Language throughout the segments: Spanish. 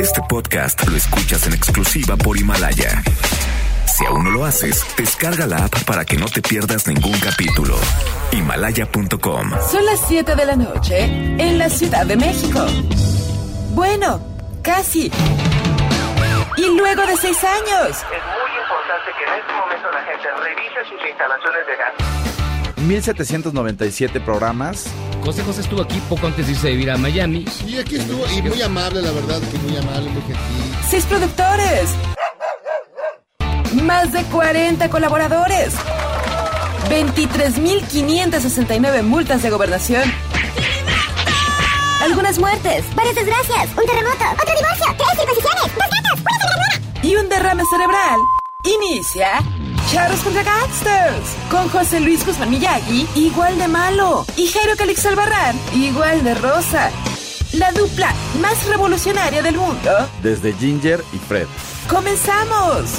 Este podcast lo escuchas en exclusiva por Himalaya. Si aún no lo haces, descarga la app para que no te pierdas ningún capítulo. Himalaya.com. Son las 7 de la noche en la Ciudad de México. Bueno, casi. Y luego de seis años. Es muy importante que en este momento la gente revise sus instalaciones de gas. 1797 programas. José José estuvo aquí poco antes de irse a vivir a Miami. Sí, aquí estuvo. Y muy amable, la verdad, que muy amable, muy gentil. Seis productores. Más de 40 colaboradores. 23.569 multas de gobernación. Algunas muertes. Varias desgracias, un terremoto, otro divorcio, tres circuncisiones, dos gatos, una sangradora. y un derrame cerebral. Inicia Charros contra Gangsters con José Luis Guzmán Miyagi, igual de malo, y Jairo Calix Albarrán, igual de rosa. La dupla más revolucionaria del mundo. Desde Ginger y Fred. ¡Comenzamos!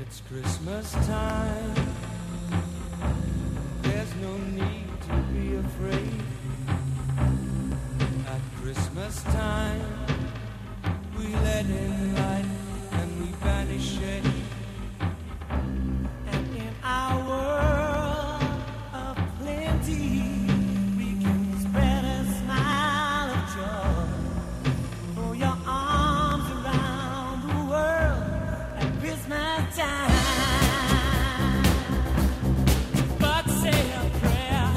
It's Christmas time. There's no need to be afraid. At Christmas time, we let in light and we banish shade. And in our world of plenty, we can spread a smile of joy. Throw your arms around the world at Christmas time. But say a prayer.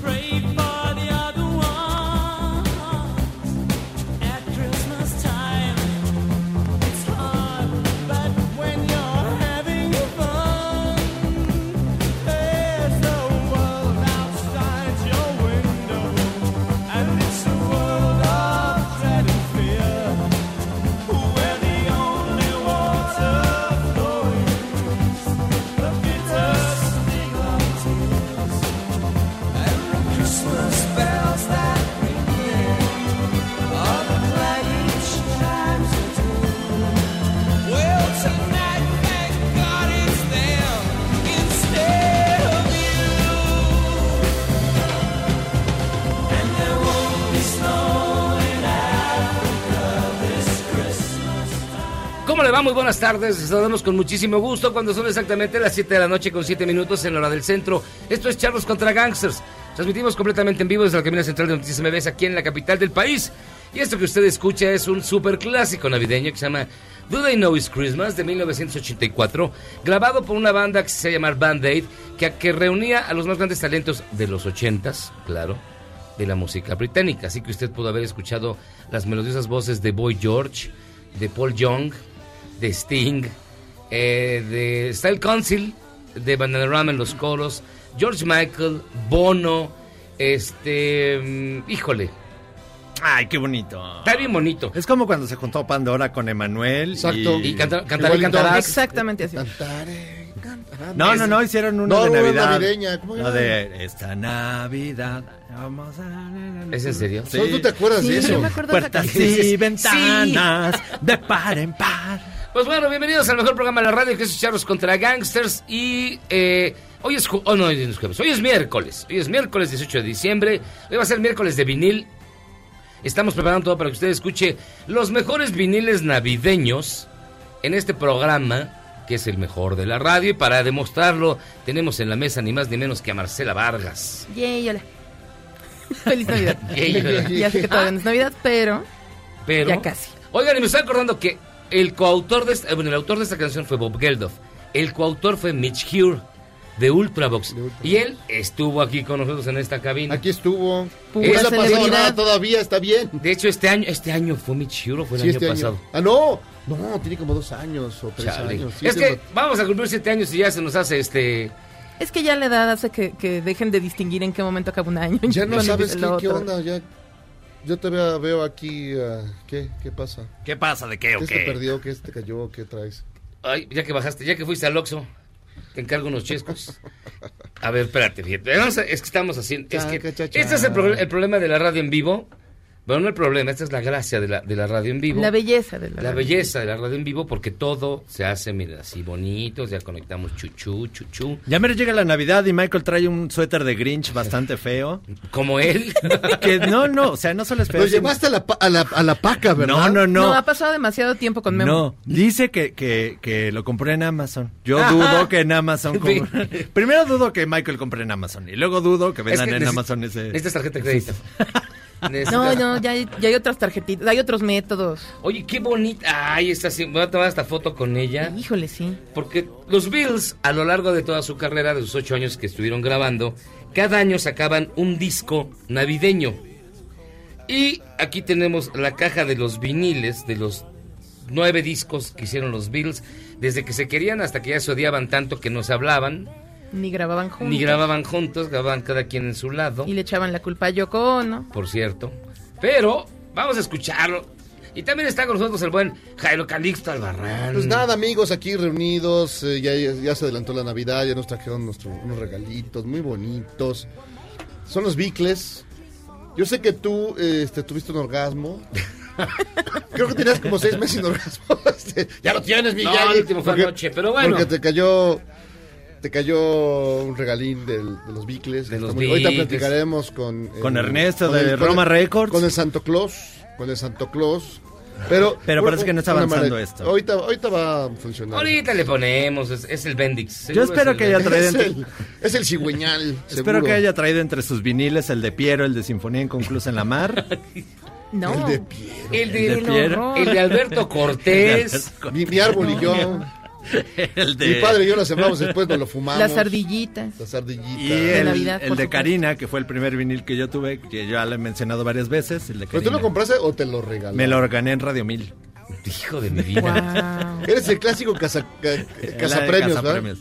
Pray for the other ones at Christmas time. It's hard, but when you're having fun, there's the world outside your window, and it's a world of dread and fear. Where the only water flows, the bitter sting of tears, and the Christmas bells that ring are the glad each time to do. Well, tonight, thank God it's them instead of you, and there won't be snow in Africa this Christmas. ¿Cómo le va? Muy buenas tardes. Saludamos con muchísimo gusto cuando son exactamente las 7 de la noche con 7 minutos en la hora del centro. Esto es Charlos contra Gangsters. Transmitimos completamente en vivo desde la cabina central de Noticias MBS aquí en la capital del país. Y esto que usted escucha es un super clásico navideño que se llama Do They Know It's Christmas de 1984, grabado por una banda que se llama Band Aid, que, que reunía a los más grandes talentos de los 80s, claro de la música británica. Así que usted pudo haber escuchado las melodiosas voces de Boy George, de Paul Young, de Sting, eh, de Style Council, de Bananarama en los coros, George Michael, Bono, este... mm, híjole, Ay, qué bonito. está bien bonito. Es como cuando se juntó Pandora con Emanuel. Exacto. Y, canta- cantar y Igualito. cantarás. Exactamente así. Cantaré, cantaré. No, no, no, hicieron una No, de una Navidad. navideña, ¿cómo La era? de esta Navidad. Vamos a... ¿Es en serio? Solo tú te acuerdas de Sí, eso. yo me acuerdo de esa Puertas canción. y ventanas de par en par. Pues bueno, bienvenidos al mejor programa de la radio que es Charlos contra Gangsters y eh, hoy es ju- oh, no, hoy no es jueves, hoy es miércoles, hoy es miércoles 18 de diciembre, hoy va a ser miércoles de vinil. Estamos preparando todo para que usted escuche los mejores viniles navideños en este programa que es el mejor de la radio y para demostrarlo tenemos en la mesa ni más ni menos que a Marcela Vargas. Yay, hola. Feliz Navidad. Yay, hola. ya sé que todavía no es Navidad, pero Pero Ya casi. Oigan, y me estoy acordando que el coautor de esta, eh, bueno, el autor de esta canción fue Bob Geldof. El coautor fue Mitch Hure de Ultravox. Y él estuvo aquí con nosotros en esta cabina. Aquí estuvo. Pura no le ha pasado celebridad. nada todavía, está bien. De hecho, este año, este año fue Mitch Hure o fue el Sí, año este pasado. año. Ah, no. No, tiene como dos años o tres Chale. años. Sí, es que se- vamos a cumplir siete años y ya se nos hace este. es que ya la edad hace que, que dejen de distinguir en qué momento acaba un año. y Ya no cuándo sabes empieza qué, el qué otro. onda. Ya, yo te veo, veo aquí. ah, ¿qué, ¿Qué pasa? ¿Qué pasa? ¿De qué o ¿Qué se qué? perdió? ¿Qué se te cayó? ¿Qué traes? Ay, ya que bajaste, ya que fuiste al Oxxo, te encargo unos chescos. Eh, A ver, espérate, fíjate. Vamos a- es que estamos haciendo. es Cha, que cha, cha, cha. este es el, pro- el problema de la radio en vivo. Pero no el problema, esta es la gracia de la, de la radio en vivo. La belleza de la, La belleza de la radio en vivo porque todo se hace, mira, así bonito, ya conectamos chuchú, chuchú, Ya menos llega la Navidad y Michael trae un suéter de Grinch bastante feo. como él. Que no, no, o sea, no solo es feo. Lo sino- llevaste a la, pa- a la, a la paca, ¿verdad? No, no, No. no. ha pasado demasiado tiempo con Memo. No, dice que, que, que lo compré en Amazon. Yo dudo que en Amazon. com- Primero dudo que Michael compre en Amazon. Y luego dudo que Es vendan que en neces- Amazon ese. Necesitas tarjeta de crédito. No, Necesitas- no, ya hay, ya hay otras tarjetitas, hay otros métodos. Oye, qué bonita. Ay, esta sí, me voy a tomar esta foto con ella. Híjole, sí. Porque los Bills, a lo largo de toda su carrera, de sus ocho años que estuvieron grabando, cada año sacaban un disco navideño. Y aquí tenemos la caja de los viniles, de los nueve discos que hicieron los Bills, desde que se querían hasta que ya se odiaban tanto que no se hablaban, Ni grababan juntos. ni grababan juntos, grababan cada quien en su lado, Y le echaban la culpa a Yoko Ono. por cierto. Pero vamos a escucharlo. Y también está con nosotros el buen Jairo Calixto Albarrán. Pues nada, amigos, aquí reunidos. eh, ya, ya- ya se adelantó la Navidad, ya nos trajeron nuestro- unos regalitos muy bonitos. Son los bicles. Yo sé que tú este, tuviste un orgasmo. Creo que tenías como seis meses sin orgasmo. Este, ya lo tienes, mi No, Yagi, el último fue porque- anoche, pero bueno. Porque te cayó. Te cayó un regalín del- de los bicles. De Está los muy- Ahorita bicles. platicaremos con. eh, Con Ernesto de Roma Records. Con el Santo Claus. Con el Santo Claus. Pero, Pero parece que no está una avanzando manera- esto. Ahorita, ahorita va a funcionar. Ahorita le ponemos, es, es el Bendix. seguro Yo espero es el que ya Bendix. tra- Es el, es el cigüeñal. Espero seguro. que haya traído entre sus viniles el de Piero, el de Sinfonía Inconclusa en la Mar. No. El de pie. El de, El de Piero. el de Alberto Cortés. Mi, mi árbol y yo. El de. Mi padre y yo lo sembramos después, nos lo fumamos. Las ardillitas. Las ardillitas. Y el, Navidad, el por de supuesto. Karina, que fue el primer vinil que yo tuve, que ya lo he mencionado varias veces. El de ¿Pero tú Karina. lo compraste o te lo regalaron? Me lo organé en Radio 1000. Hijo de mi Wow. vida. Eres el clásico caza, ca- cazapremios, ¿verdad?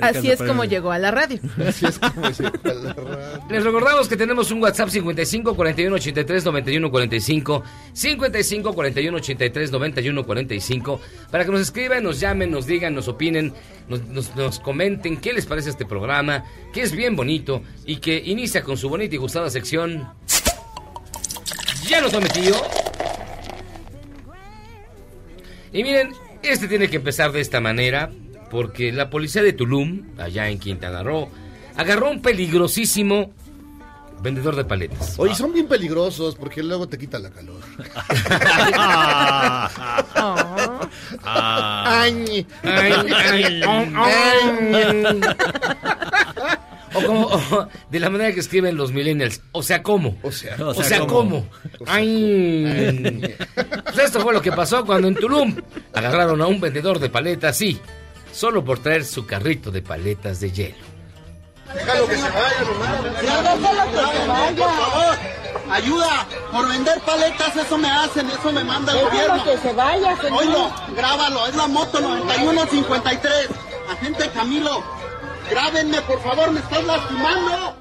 Así es como llegó a la radio. Así es como se llama la radio. Les recordamos que tenemos un WhatsApp 55 41 83 91 45 55 41 83 91 45 para que nos escriban, nos llamen, nos digan, nos opinen, nos, nos- nos comenten qué les parece este programa, que es bien bonito y que inicia con su bonita y gustada sección. Ya nos ha metido. Y miren, este tiene que empezar de esta manera, porque la policía de Tulum, allá en Quintana Roo, agarró un peligrosísimo vendedor de paletas. Oye, son bien peligrosos porque luego te quita la calor. Oh. Ah. Ay, Ay, ay, oh, oh. O como, o de la manera que escriben los millennials. O sea, ¿cómo? O sea, O sea, ¿cómo? Ay. Pues esto fue lo que pasó cuando en Tulum agarraron a un vendedor de paletas, sí, solo por traer su carrito de paletas de hielo. déjalo que se vaya, Por favor, ayuda. Por vender paletas, eso me hacen, eso me manda el gobierno. que se vaya, señor. Oilo, grábalo, es la moto 9153. Agente Camilo, grábenme, por favor, me estás lastimando.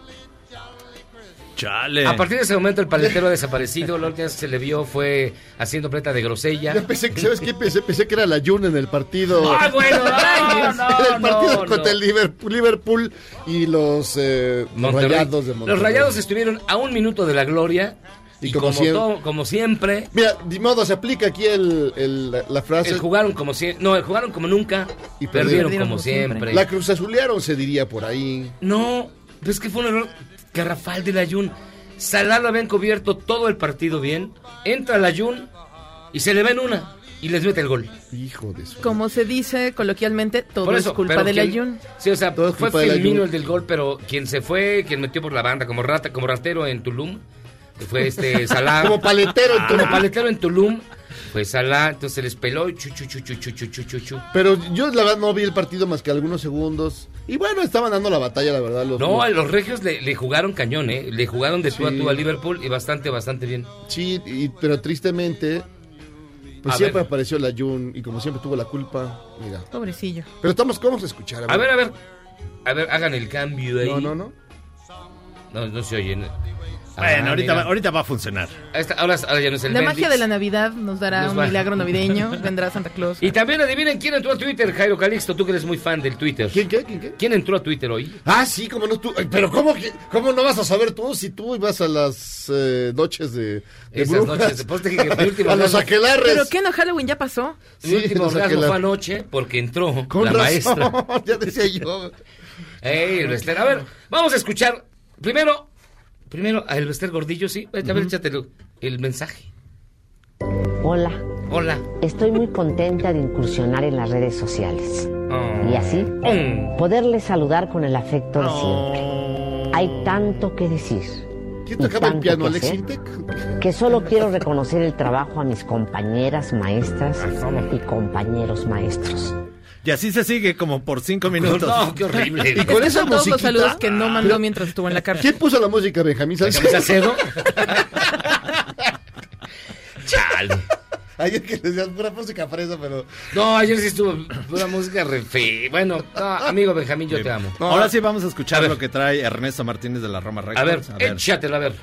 Chale. A partir de ese momento el paletero ha desaparecido, la última vez que se le vio fue haciendo pleta de grosella. Yo pensé que, ¿sabes qué? Pensé, pensé que era la Jun en el partido. ¡Ah, bueno! ¡Ay, Era el partido no, no, contra el no. Liverpool, Liverpool y los eh, Monterrey. rayados de Monterrey. Los rayados estuvieron a un minuto de la gloria. Y, Y como, como to- siem- como, siempre, Mira, de modo se aplica aquí el, el- la- la frase. eh, jugaron como siempre. No, eh, jugaron como nunca. Y Y perdieron, perdieron. como siempre. La cruzazulearon, se diría por ahí. No, pero es que fue un error garrafal del Ayun. Salah lo habían cubierto todo el partido bien. Entra el Ayun y se le va en una. Y les mete el gol. Hijo de su. Como se dice coloquialmente, todo Por es eso, culpa pero del quien- ayun. Sí, o sea, Todo es fue culpa del Firmino Ayun. el del gol, pero quien se fue, quien metió por la banda, como rata, como ratero en Tulum, que fue este Salah. Ah, Como paletero en Tulum. Como paletero en Tulum, fue Salah, entonces les peló y chu chu chu chu chu chu chu chu, chu. Pero yo la verdad no vi el partido más que algunos segundos. Y bueno, estaban dando la batalla, la verdad. Los No, a los regios le, le jugaron cañón, ¿eh? Le jugaron de tú a Sí. tú a Liverpool y bastante, bastante bien. Sí, y- pero tristemente, pues A siempre ver. apareció la Jun y como siempre tuvo la culpa. Mira. Pobrecillo. Pero estamos, ¿cómo se escuchar? A ver, a ver, a ver, hagan el cambio ahí. No, no, no. No, no se oye. no. Bueno, Ah, ahorita, va, mira. ahorita va a funcionar. Esta- ahora, ahora ya no es el La Bendix. magia de la Navidad nos dará Nos un va. milagro navideño. Vendrá Santa Claus. Y también adivinen quién entró a Twitter, Jairo Calixto, tú que eres muy fan del Twitter. ¿Quién qué? ¿Quién qué? ¿Quién entró a Twitter hoy? Ah, sí, como no tú. Ay, Pero ¿cómo, que- ¿cómo no vas a saber tú si tú ibas a las eh, noches de, de Esas brujas? noches, pues, te dije que mi último A los orgasmo- aquelarres. ¿Pero qué no? Halloween ya pasó. Mi último los orgasmo aquelarres. fue anoche porque entró Con la razón, maestra. ya decía yo. Ey, el Bester. A ver, vamos a escuchar primero, primero a el Bester Gordillo, sí. A ver, Ujú. échate el, el mensaje. Hola. Hola. Estoy muy contenta de incursionar en las redes sociales. Y Oh. así, poderles saludar con el afecto de siempre. Hay tanto que decir. ¿Quién y tocaba el tanto piano, que Alex hacer, Intec? Que solo quiero reconocer el trabajo a mis compañeras maestras y compañeros maestros. Y así se sigue como por cinco minutos. No, qué horrible. Y Estos son todos los saludos que no mandó mientras estuvo en la cárcel. ¿Quién puso la música, Benjamín ¿Benjamín Salcedo? Salcedo? Chale. Ayer que le decías pura música fresa, pero... No, ayer sí estuvo pura música re fe. Bueno, no, amigo Benjamín, yo te amo. No, Ahora sí vamos a escuchar lo que trae Ernesto Martínez de la Roma A ver, Records. échatelo, a ver.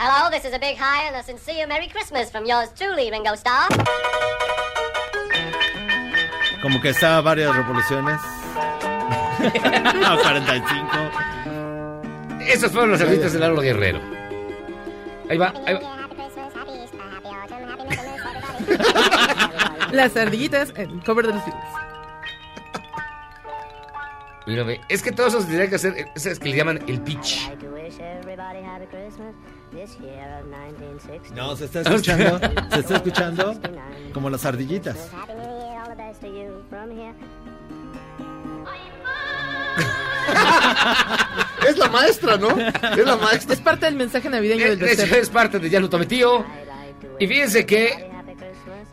Hello, this is a big hi and a sincere Merry Christmas from yours truly, Ringo Starr. Como que está a varias revoluciones. A 45. Esos fueron los artistas de Lalo Guerrero. Ahí va, ahí va. Las ardillitas, el cover de los Beatles. Mira, ve, Es que todos esos tendrían que hacer, eh, esas que le llaman el pitch. No, se está escuchando. se está escuchando como las ardillitas. Es la maestra, ¿no? Es la maestra. Es parte del mensaje navideño del Es, tercer. es parte de Ya lo tomé tío. Y fíjense que.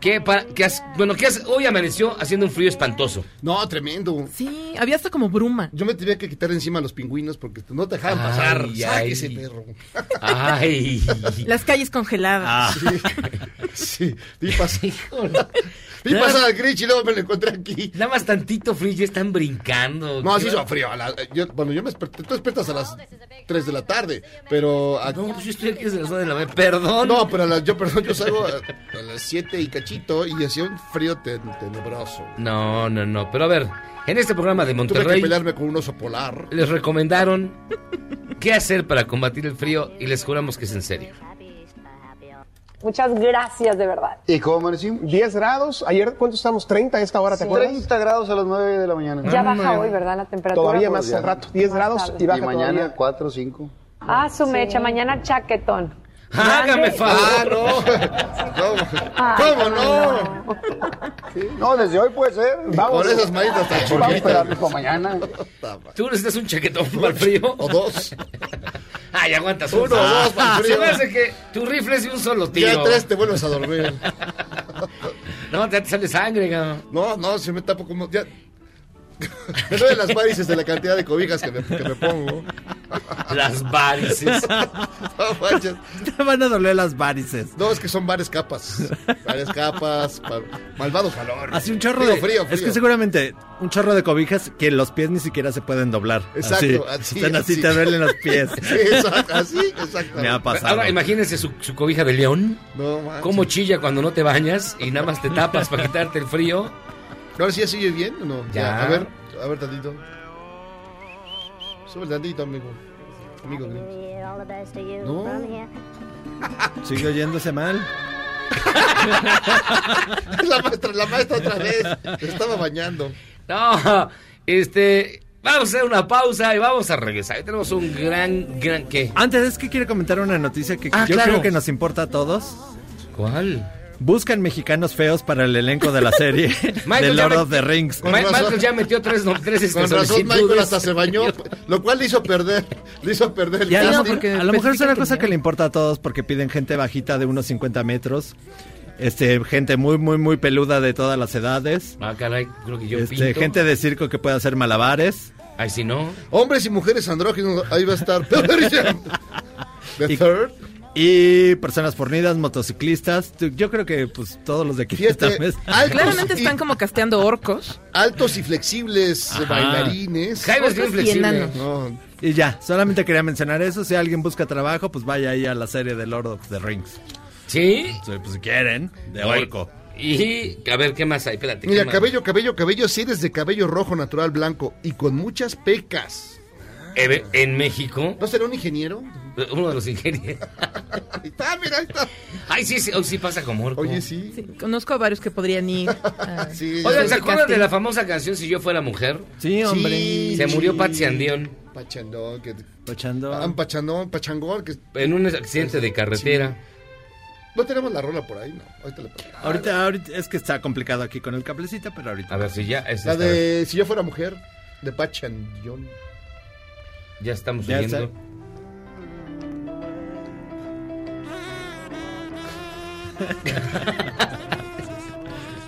Que, para, que as- bueno, que as- hoy amaneció haciendo un frío espantoso. No, tremendo. Sí, había hasta como bruma. Yo me tenía que quitar encima a los pingüinos porque no te dejaban Ay, pasar. ay. Saque ese perro. Ay. Las calles congeladas. Ah. Sí, vi pasar. Vi pasar al Grinch y luego me lo encontré aquí. Nada más tantito frío, ya están brincando. No, sí hizo frío. a la- yo- bueno, yo me desperté. Tú despiertas a las 3 de la tarde, pero... No, pues yo estoy aquí desde las 9 de la mañana. Perdón. No, pero a las- yo, perdón, yo salgo a, a las 7 y cachito y hacía un frío ten- tenebroso. No, no, no. Pero a ver, en este programa de Tuve que Monterrey pelearme con un oso polar. les recomendaron qué hacer para combatir el frío y les juramos que es en serio. Muchas gracias, de verdad. ¿Y cómo amanecimos? 10 grados. Ayer, ¿cuánto estamos? 30 a esta hora, ¿te Sí. acuerdas? 30 grados a las 9 de la mañana. Ya Ah, baja hoy, ¿verdad? La temperatura. Todavía más al rato. 10 grados y baja todavía. 4 o 5. Ah, su mecha, mañana chaquetón. Hágame favor. Ah, ¿Cómo no? Sí, No, desde hoy puede ser. Vamos. Con esas manitas tan Vamos a chiquitas. esperarlo para mañana. ¿Tú necesitas un chaquetón para el frío? ¿O dos? Ay, aguantas Uno, dos, para el frío. Ah, Se me hace que tu rifle es de un solo tiro. Ya tres te vuelves a dormir. no, te sale sangre, No, no, se me tapo como. Ya. Me duelen las varices de la cantidad de cobijas que me, que me pongo. Las varices. No manches. Te van a doler las varices. No, es que son varias capas. Varias capas. pa- Malvado calor. Así un chorro Frío, de frío, frío. Es que seguramente un chorro de cobijas que los pies ni siquiera se pueden doblar. Exacto, así, Así, están así, así. te duelen los pies. Sí, exacto, así, exacto. Me ha pasado. Ahora imagínense su, su cobija de león. No, manches. ¿Cómo chilla cuando no te bañas y nada más te tapas para quitarte el frío? Ahora sí ya sigue bien o no. Ya. A ver, a ver tantito. Sube tantito, amigo. Amigo Grinch. No. Sigue oyéndose mal. La maestra, la maestra otra vez. Se estaba bañando. No, este. Vamos a hacer una pausa y vamos a regresar. Hoy Tenemos un gran, gran qué. Antes es que quiero comentar una noticia que Ah, yo claro. creo que nos importa a todos. ¿Cuál? Buscan mexicanos feos para el elenco de la serie de ya Lord me- of the Rings. Ma- Michael ya metió tres, no, tres este, Con razón solicitudes. Michael hasta se bañó, lo cual le hizo perder, le hizo perder el Ya, no, casting. porque a lo mejor es una cosa que le importa a todos porque piden gente bajita de unos 50 metros. Este, gente muy, muy, muy peluda de todas las edades. Ah, caray, creo que yo Este, pinto. gente de circo que puede hacer malabares. Ay, si no. Hombres y mujeres andróginos, ahí va a estar. Pearl Jam. The Y- Third. Y personas fornidas, motociclistas. tú- Yo creo que pues todos los de aquí Fíjate, Eh, esta mesa. Claramente están como casteando orcos. Altos y flexibles, Ajá. bailarines. Jaime es bien Orcos y flexible. enanos. No, Y ya, solamente quería mencionar eso. Si alguien busca trabajo, pues vaya ahí a la serie de Lord of the Rings. ¿Sí? pues si quieren, de Oye, orco. Y a ver, ¿qué más hay? Espérate. ¿qué Mira, más? cabello, cabello, cabello, si eres de cabello rojo, natural, blanco y con muchas pecas. Eve- En México, ¿No será un ingeniero? uno de los ingenieros. Ah, mira, ahí está. Ay, sí, sí, hoy sí pasa como orco. Oye, sí. Conozco a varios que podrían ir. ah, a- Oigan, ¿se acuerdan de la famosa canción Si yo fuera mujer? Sí, hombre. Se murió sí. Patsy Andión Pachandón, que... Pachando. Ah, Pachandón, Pachangón, que... en un accidente de carretera. No tenemos la rola por ahí, no. Ahorita la ponemos. Ahorita, ahorita es que está complicado aquí con el cablecito, pero ahorita. A ver si ya. es La esta de Si yo fuera mujer, de Pachandón. vez. Ya estamos Ya subiendo.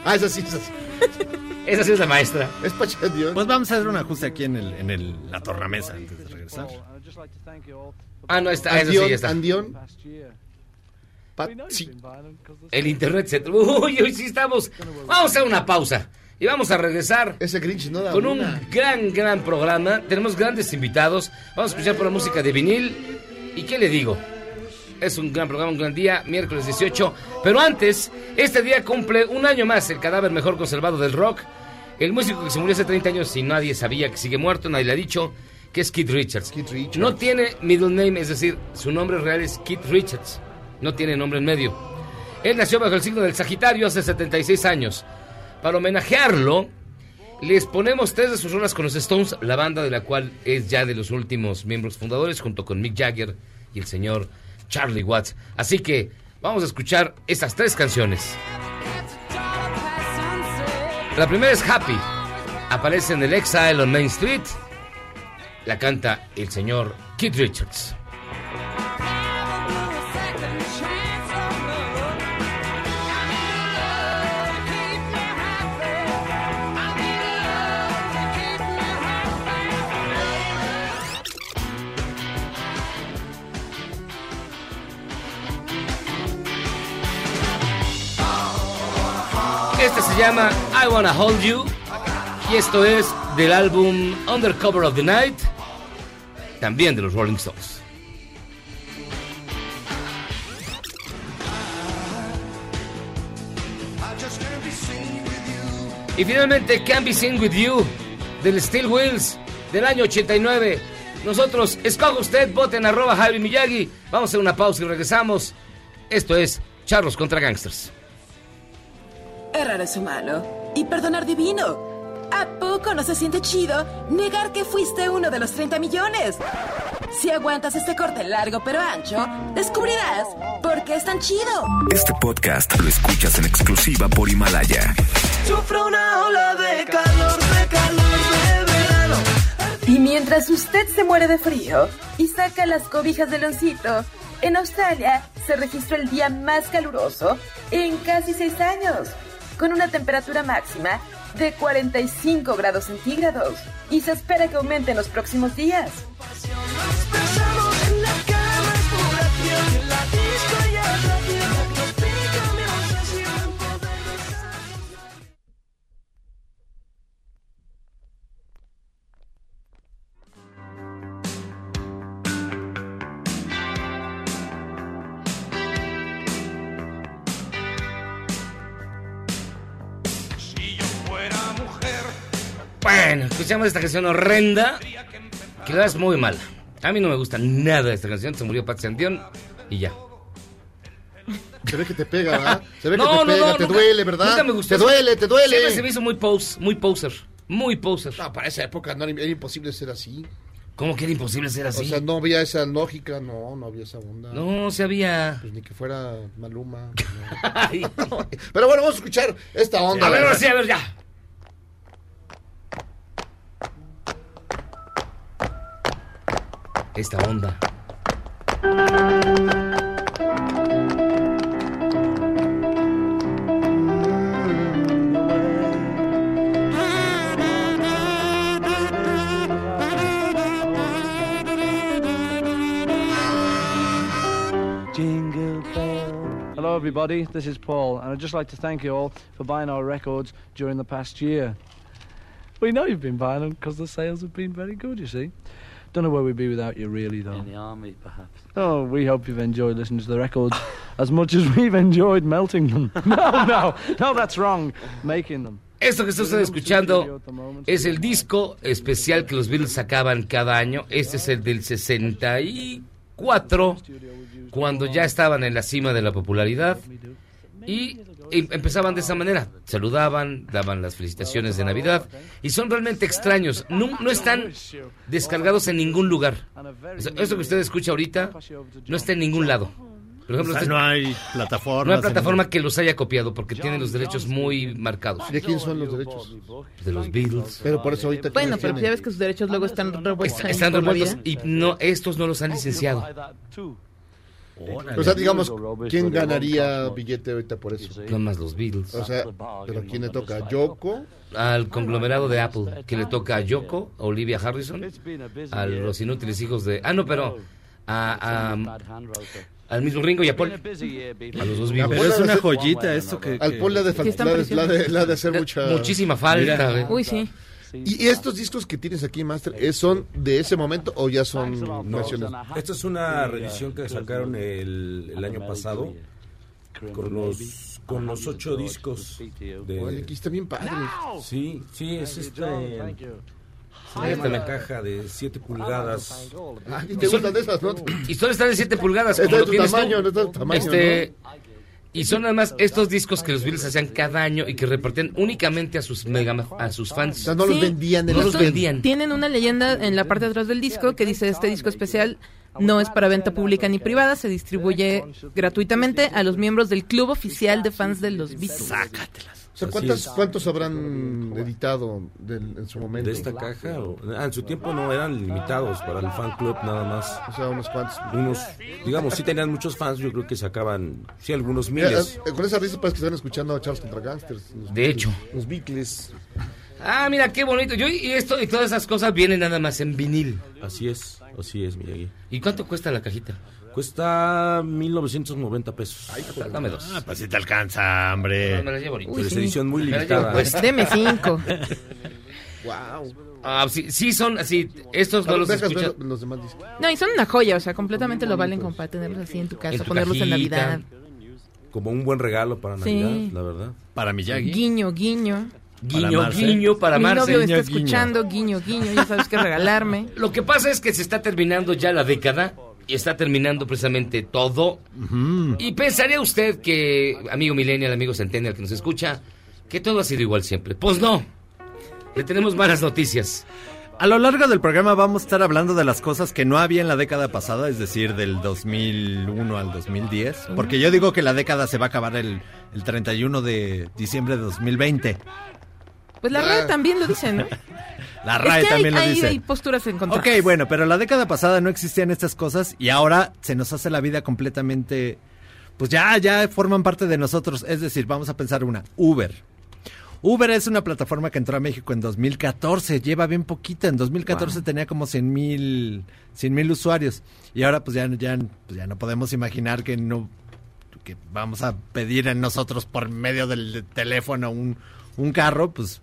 Ah, esa sí, esa sí. Esa sí es la maestra. Es Pachandión. Pues vamos a hacer un ajuste aquí en, el, en el- la tornamesa antes de regresar. Ah, no, está. Esa sí, Andión, ya está. Andión. Patsy. El internet se. Uy, hoy sí estamos. Vamos a una pausa. Y vamos a regresar. Ese Grinch no da Con un una. gran, gran programa. Tenemos grandes invitados. Vamos a escuchar por la música de vinil. ¿Y qué le digo? Es un gran programa, un gran día, miércoles 18. Pero antes, este día cumple un año más el cadáver mejor conservado del rock. El músico que se murió hace 30 años y nadie sabía que sigue muerto, nadie le ha dicho, que es Keith Richards. No tiene middle name, es decir, su nombre real es Keith Richards. No tiene nombre en medio. Él nació bajo el signo del Sagitario hace 76 años. Para homenajearlo, les ponemos tres de sus rolas con los Stones, la banda de la cual es ya de los últimos miembros fundadores, junto con Mick Jagger y el señor Charlie Watts. Así que vamos a escuchar estas tres canciones. La primera es Happy. Aparece en el Exile on Main Street. La canta el señor Keith Richards. Este se llama I Wanna Hold You y esto es del álbum Undercover of the Night, también de los Rolling Stones. Y finalmente Can Be Seen With You del Steel Wheels del año 89. Nosotros, escoja usted, voten arroba Javi Miyagi. Vamos a hacer una pausa y regresamos. Esto es Charlos contra Gangsters. Errar es humano y perdonar divino. ¿A poco no se siente chido negar que fuiste uno de los 30 millones? Si aguantas este corte largo pero ancho, descubrirás por qué es tan chido. Este podcast lo escuchas en exclusiva por Himalaya. Sufro una ola de calor, de calor, de verano. Y mientras usted se muere de frío y saca las cobijas del oncito, en Australia se registró el día más caluroso en casi seis años, con una temperatura máxima de 45 grados centígrados y se espera que aumente en los próximos días. Bueno, escuchamos esta canción horrenda. Que la verdad es muy mala. A mí no me gusta nada esta canción. Se murió Pat Santión y ya. Se ve que te pega, ¿verdad? Se ve que No, no, te pega, no, te nunca- duele, ¿verdad? nunca me gustó. Te duele, te duele. Siempre se me hizo muy pose, muy poser. Muy poser. No, para esa época no era, era imposible ser así. ¿Cómo que era imposible ser así? O sea, no había esa lógica, no, no había esa onda. no, se había. Pues ni que fuera Maluma. pues no. Pero bueno, vamos a escuchar esta onda. A ver, ahora sí, a ver, ya. Esta onda. Jingle Hello, everybody. This is Paul, and I'd just like to thank you all for buying our records during the past year. We know you've been buying them because the sales have been very good, you see. Don't know where we'd be without you, really, though. In the army, perhaps. Oh, we hope you've enjoyed listening to the records as much as we've enjoyed melting them. no, no, no, that's wrong. Making them. Esto que ustedes escuchando es el disco especial que los Beatles sacaban cada año. Este es el del 64, cuando ya estaban en la cima de la popularidad. Y em- empezaban de esa manera. Saludaban, daban las felicitaciones de Navidad. Y son realmente extraños. No, no están descargados en ningún lugar. O sea, Esto que usted escucha ahorita no está en ningún lado. Por ejemplo, O sea, usted- no hay plataforma. no hay plataforma que los haya copiado porque tienen los derechos muy marcados. ¿De quién son los derechos? De los Beatles. Pero por eso ahorita... Bueno, pero ya ves que sus derechos luego están revueltos. ahí Están por la revueltos vida. y no, estos no los han licenciado. O sea, digamos, ¿quién ganaría billete ahorita por eso? Nada más los Beatles. O sea, ¿pero quién le toca? ¿Yoko? Al conglomerado de Apple, que le toca a Yoko, a Olivia Harrison, a los inútiles hijos de... Ah, no, pero... A, a- al mismo Ringo y a Paul. A los dos Beatles. Pero es una joyita esto que... Al Paul la de, fal- Que están la de- la de- la de hacer La- mucha... muchísima falta, Mira. ¿eh? Uy, sí. ¿Y y estos discos que tienes aquí, Master, eh, son de ese momento o ya son versiones? Esta es una revisión que sacaron el, el año pasado con los con los ocho discos. De, Oye, aquí está bien padre. Sí, sí, es este. Ahí Es está. una caja de 7 pulgadas. Ah, ¿y te gustan de esas, no? Y solo están de 7 pulgadas. Está como de lo tu tienes tú. tamaño, no está de tu tamaño, Este, Y son además estos discos que los Beatles hacían cada año y que repartían únicamente a sus mega, a sus fans. sea, no los Sí. vendían, No Justo los vendían. Tienen una leyenda en la parte de atrás del disco que dice este disco especial no es para venta pública ni privada, se distribuye gratuitamente a los miembros del club oficial de fans de los Beatles. O sea, ¿cuántas- ¿cuántos habrán editado del- en su momento? De esta caja. o- ah, en su tiempo no eran limitados para el fan club nada más. O sea, unos cuantos. Unos, digamos, sí tenían muchos fans. Yo creo que sacaban, sí, algunos Mira, miles. eh, con esa risa parece que están escuchando a Charles contra Gangsters. los- De hecho. Los Beatles. Ah, mira qué bonito. Yo y esto y todas esas cosas vienen nada más en vinil. Así es, así es, Miyagi. ¿Y cuánto cuesta la cajita? Cuesta 1990 pesos. Ay, Dame dos. Ah, pues si te alcanza, hombre. No, me las llevo ahorita. Pero Uy, es sí. edición muy Me las limitada. llevo Pues, puestas. Deme cinco. Wow. Ah, sí, sí son así. Estos no los Dejas ver escuchas. los demás discos. No, y son una joya, o sea, completamente lo valen con para tenerlos así en tu casa, En tu ponerlos en cajita. Navidad. Como un buen regalo para Sí. Navidad, la verdad. Para Guiño, guiño. Guiño, guiño para Mi Marce. novio está escuchando, guiño, guiño, ya sabes qué regalarme. Lo que pasa es que se está terminando ya la década y está terminando precisamente todo. Y pensaría usted que, amigo millennial, amigo centennial que nos escucha, que todo ha sido igual siempre. Pues no. Le tenemos malas noticias. A lo largo del programa vamos a estar hablando de las cosas que no había en la década pasada, es decir, del 2001 al 2010. Porque yo digo que la década se va a acabar el, el 31 de diciembre de 2020. Pues la red también lo dice, ¿no? La RAE es que hay- también lo hay, dice. hay posturas encontradas. Ok, bueno, pero la década pasada no existían estas cosas y ahora se nos hace la vida completamente... Pues ya, ya forman parte de nosotros. Es decir, vamos a pensar una, Uber. Uber es una plataforma que entró a México en 2014, lleva bien poquita. En 2014 tenía como 100 mil mil usuarios y ahora pues ya, ya, pues ya no podemos imaginar que no que vamos a pedir en nosotros por medio del teléfono un, un carro, pues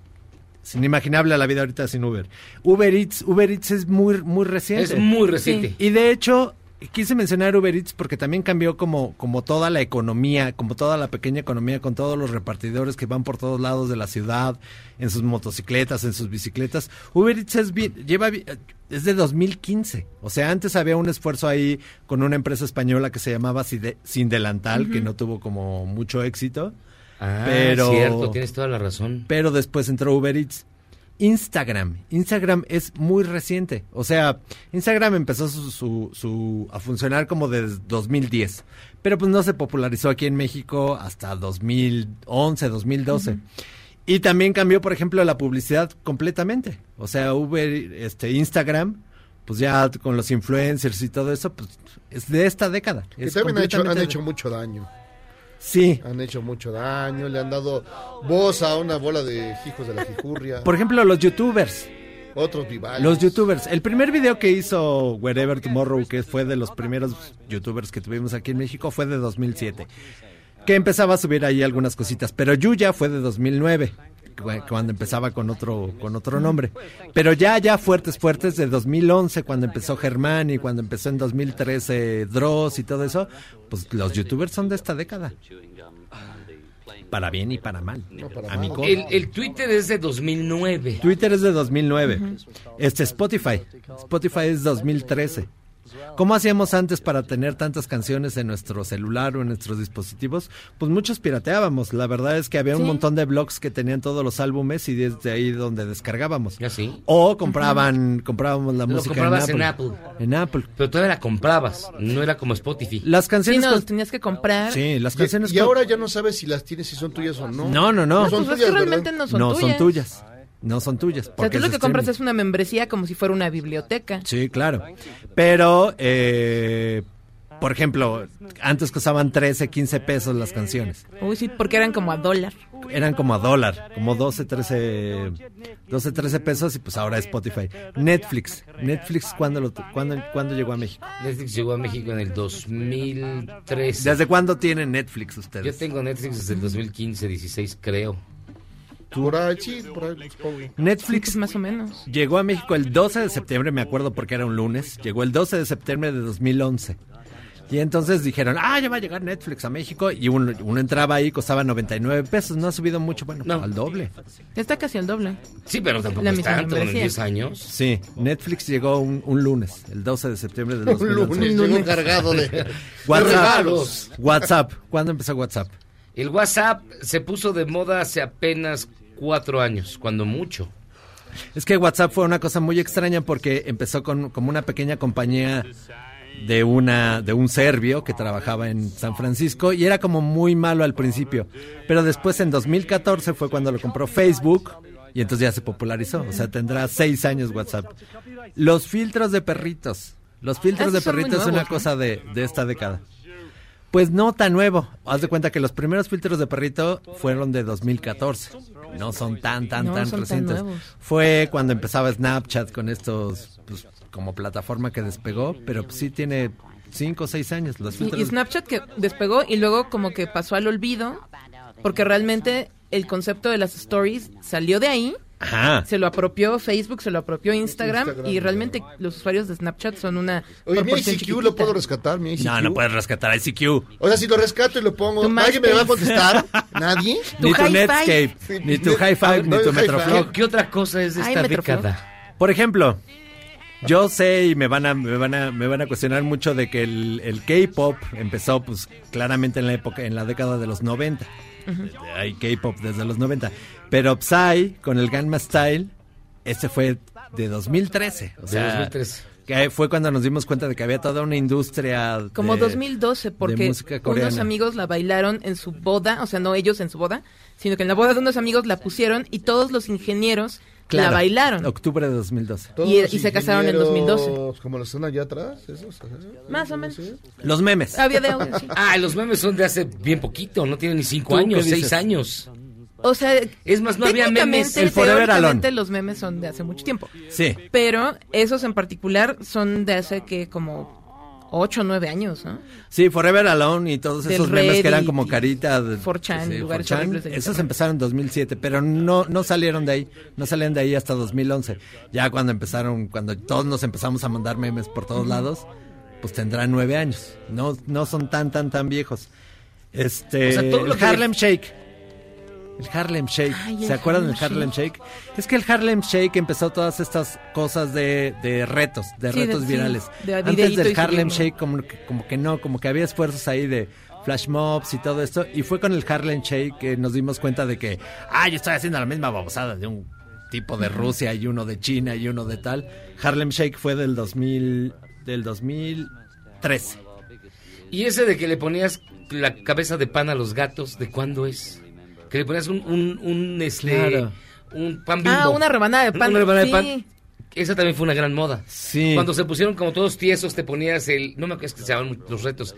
es inimaginable la vida ahorita sin Uber. Uber Eats, Uber Eats es muy, muy reciente. Es muy reciente. Sí. Y de hecho, quise mencionar Uber Eats porque también cambió como, como toda la economía, como toda la pequeña economía, con todos los repartidores que van por todos lados de la ciudad, en sus motocicletas, en sus bicicletas. Uber Eats es bien- lleva bi- es de 2015. O sea, antes había un esfuerzo ahí con una empresa española que se llamaba Side- Sin Delantal, que Ujú. no tuvo como mucho éxito. Ah, pero cierto, tienes toda la razón. pero después entró Uber Eats. Instagram. Instagram es muy reciente. O sea, Instagram empezó su, su- su- a funcionar como desde 2010. Pero pues no se popularizó aquí en México hasta 2011, 2012. Y también cambió, por ejemplo, la publicidad completamente. O sea, Uber, este, Instagram, pues ya con los influencers y todo eso, pues es de esta década. Que Es también han hecho, han completamente- hecho mucho daño. Sí. Han hecho mucho daño, le han dado voz a una bola de hijos de la fijurria. Por ejemplo, los youtubers. Otros rivales. Los youtubers. El primer video que hizo Wherever Tomorrow, que fue de los primeros youtubers que tuvimos aquí en México, fue de 2007. que empezaba a subir ahí algunas cositas. Pero Yuya fue de 2009, cu- cuando empezaba con otro, con otro nombre. Pero ya, ya fuertes, fuertes, de 2011, cuando empezó Germán y cuando empezó en 2013 Dross y todo eso, pues los youtubers son de esta década. Para bien y para mal. a mi cola. El, el Twitter es de 2009. Twitter es de 2009. Este Spotify. Spotify es 2013. ¿Cómo hacíamos antes para tener tantas canciones en nuestro celular o en nuestros dispositivos? Pues muchos pirateábamos. La verdad es que había un Sí. montón de blogs que tenían todos los álbumes y desde ahí donde descargábamos. Así. O compraban, comprábamos la ¿Ah, Lo música comprabas en En Apple. Pero todavía la comprabas, no era como Spotify. Las Sí, canciones no, con- los tenías que comprar. Sí, las Y- canciones Y, con- ahora ya no sabes si las tienes, si son tuyas o no. No, no, no. No, pues es que realmente ¿verdad? no son no tuyas. son tuyas. No son O tuyas. sea, porque tú lo es que streaming. compras es una membresía como si fuera una biblioteca. Sí, claro. Pero, eh, por ejemplo, antes costaban 13, 15 pesos las canciones. Uy, sí, porque eran como a dólar. Eran como a dólar, como 12, 13, 12, 13 pesos y pues ahora Spotify. Netflix. Netflix, ¿cuándo, lo, tu- cuándo, cuándo llegó a México? Netflix llegó a México en el 2013. ¿Desde cuándo tienen Netflix ustedes? Yo tengo Netflix desde el 2015, 16 creo. Por ahí, sí, por ahí, supongo. Netflix pues, más o menos. Llegó a México el 12 de septiembre, me acuerdo porque era un lunes. Llegó el 12 de septiembre de 2011. Y entonces dijeron, ah, ya va a llegar Netflix a México. Y uno, uno entraba ahí, costaba 99 pesos. No ha subido mucho, bueno, al doble. Ya está casi al doble. Sí, pero tampoco La es misma tanto, en membresía. 10 años. Sí, Netflix llegó un, un lunes, el 12 de septiembre de Un 2011. lunes, Un llegó lunes. cargado de- de WhatsApp, regalos. WhatsApp, ¿cuándo empezó WhatsApp? El WhatsApp se puso de moda hace apenas cuatro años, cuando mucho. Es que WhatsApp fue una cosa muy extraña porque empezó con como una pequeña compañía de una de un serbio que trabajaba en San Francisco y era como muy malo al principio, pero después en 2014 fue cuando lo compró Facebook y entonces ya se popularizó, o sea tendrá seis años WhatsApp. Los filtros de perritos, los filtros Esos de son muy perritos es una nuevos, ¿no? cosa de, de esta década. Pues no tan nuevo. Haz de cuenta que los primeros filtros de perrito fueron de 2014. No son tan, tan, No, tan son tan recientes. nuevos. Fue cuando empezaba Snapchat con estos, pues, como plataforma que despegó, pero pues, sí tiene cinco o seis años. Los Y, y filtros. Snapchat que despegó y luego como que pasó al olvido porque realmente el concepto de las stories salió de ahí. Ajá. Se lo apropió Facebook, se lo apropió Instagram, Instagram, y realmente los usuarios de Snapchat son una Oye, mi proporción ICQ lo puedo rescatar, mi ICQ. No, no puedes rescatar ICQ. O sea, si lo rescato y lo pongo, Tu ¿nadie me va a MySpace. contestar? ¿Nadie? Ni tu Netscape, ni tu High Five, ni tu Metroflog. ¿Qué otra cosa es de Ay, esta Metroflog. década? Por ejemplo, yo sé y me van a, me van a, me van a cuestionar mucho de que el, el K-pop empezó pues claramente en la época, en la década de los 90. Hay K-pop desde los 90. Pero Psy con el Gangnam Style, este fue de 2013. O De sea, 2013. Que fue cuando nos dimos cuenta de que había toda una industria. de- Como 2012, de porque música coreana. unos amigos la bailaron en su boda, o sea, no ellos en su boda, sino que en la boda de unos amigos la pusieron y todos los ingenieros Claro, la bailaron. Octubre de 2012. Y- y se casaron en 2012. Pues, Como los son allá atrás, esos. ajá. Más o menos. Los memes. Había de audio, sí. Ah, los memes son de hace bien poquito, no tienen ni cinco ¿Tú qué años, dices? seis años. O sea, es más, no había memes. El Forever Alone. los memes son de hace mucho tiempo. Sí. Pero esos en particular son de hace que como 8 o 9 años, ¿no? Sí, Forever Alone y todos Del esos memes que eran Reddit como carita de 4chan, lugares 4chan, horribles de Esos internet. empezaron en 2007, pero no no salieron de ahí, no salieron de ahí hasta 2011. Ya cuando empezaron, cuando todos nos empezamos a mandar memes por todos Ujú. lados, pues tendrán nueve años. No no son tan tan tan viejos. Este O sea, todo el lo que- Harlem Shake. El Harlem Shake. Ay, el ¿Se acuerdan del Harlem Harlem Shake? Es que el Harlem Shake empezó todas estas cosas de, de retos, de Sí, de- retos sí, virales. de Antes videíto del y Harlem subirlo. Shake como que, como que no, como que había esfuerzos ahí de flash mobs y todo esto. Y fue con el Harlem Shake que nos dimos cuenta de que, ah, yo estoy haciendo la misma babosada de un tipo de Rusia y uno de China y uno de tal. Harlem Shake fue del 2000, del 2013. Y ese de que le ponías la cabeza de pan a los gatos, ¿de cuándo es? Que le ponías un, un, un, este, Claro. un pan bimbo. Ah, una rebanada de pan. Una rebanada de Sí. pan. Esa también fue una gran moda. Sí. Cuando se pusieron como todos tiesos, te ponías el. No me acuerdo es que se llaman los retos.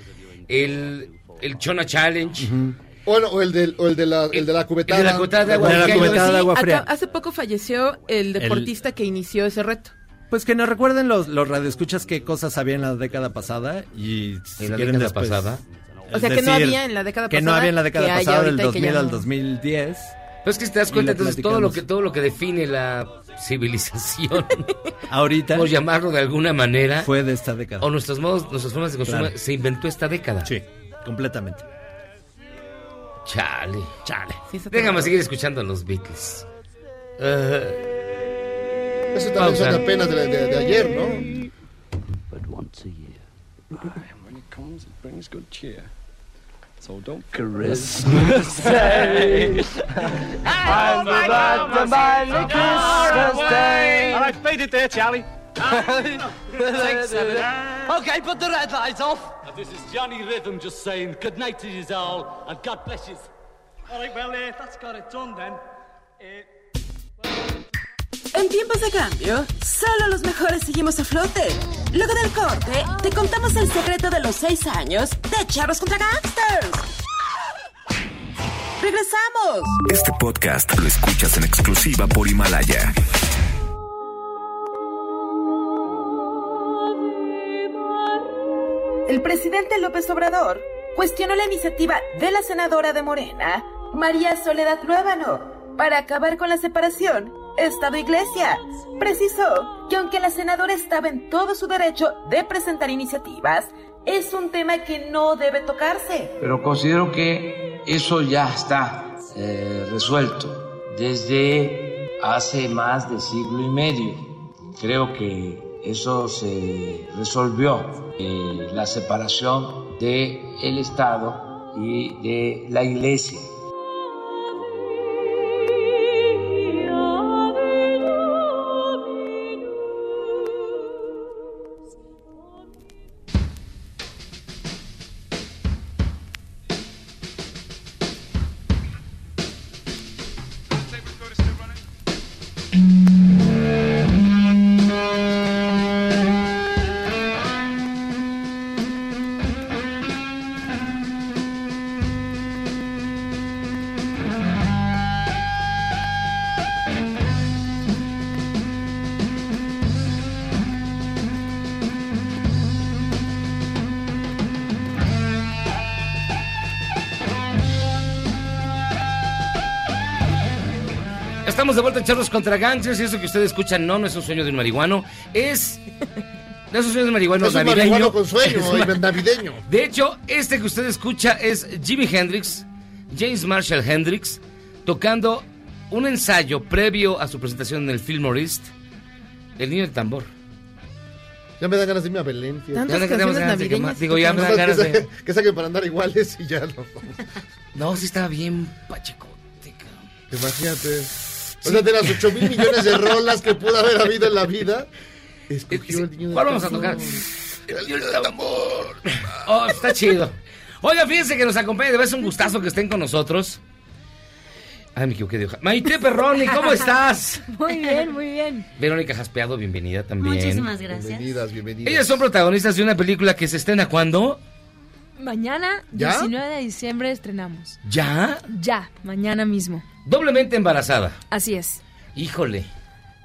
El, el Chona Challenge. O, no, o el, del, o el, de la, el de la cubetada. el de la cubetada de agua La cubetada de agua Acá- fría. hace poco falleció el deportista que inició ese reto. Pues que nos recuerden los, los radioescuchas qué cosas había en la década pasada y si ¿En la quieren década después pasada? O sea, que no había en la década Que no pasada, había en la década que haya pasada, del ahorita y que ya 2000 al no. 2010. Pero es que si te das Y cuenta, la entonces todo lo, platicamos. que, todo lo que define la civilización, Ahorita. por llamarlo de alguna manera, Fue de esta década. o nuestros modos, nuestras formas de consumo, Claro. se inventó esta década. Sí, completamente. Chale. Chale. Sí, se te Déjame va. seguir escuchando a los Beatles. Eso también son apenas de, de- de ayer, ¿no? But once a year. And when it comes, it brings good cheer. So don't Christmas Day. I'm about to buy the Christmas Day. And I played it there, Charlie. Okay, put the red lights off. This is Johnny Rhythm just saying good night to you all and God bless you. All right, well, uh, that's got it done then. uh, En tiempos de cambio, solo los mejores seguimos a flote. Luego del corte, te contamos el secreto de los seis años de Charros contra Gangsters. ¡Regresamos! Este podcast lo escuchas en exclusiva por Himalaya. El presidente López Obrador cuestionó la iniciativa de la senadora de Morena, María Soledad Ruébano, para acabar con la separación Estado-Iglesia. Precisó que aunque la senadora estaba en todo su derecho de presentar iniciativas, es un tema que no debe tocarse. Pero considero que eso ya está eh, resuelto desde hace más de siglo y medio. Creo que eso se resolvió, eh, la separación de el Estado y de la Iglesia. Estamos de vuelta en Charlos contra Gangsters y eso que ustedes escuchan no, no es un sueño de un marihuano, es... No es un sueño de un marihuano es un navideño. marihuano con sueño, Es ma- navideño. De hecho, este que usted escucha es Jimi Hendrix, James Marshall Hendrix, tocando un ensayo previo a su presentación en el Fillmore East, El Niño del Tambor. Ya me dan ganas de irme a Belén. tío. Tantas Ya me dan canciones ganas de que ma- navideñas digo, ya me dan Que ganas de- sa- Que saquen para andar iguales y ya no. No, sí estaba bien pacheco. Imagínate. O sea, de las 8 mil millones de rolas que pudo haber habido en la vida, escogió el niño del ¿Cuál vamos a tambor. tocar? Oh, está chido. Oiga, fíjense que nos acompaña, de vez un gustazo que estén con nosotros. Ay, me equivoqué de hoja. Maite Perroni, ¿cómo estás? Muy bien, muy bien. Verónica Jaspeado, bienvenida también. Muchísimas gracias. Bienvenidas, bienvenidas. Ellas son protagonistas de una película que se estrena cuando. Mañana, ¿Ya? 19 de diciembre, estrenamos. ¿Ya? Ya, mañana mismo. Doblemente embarazada. Así es. Híjole.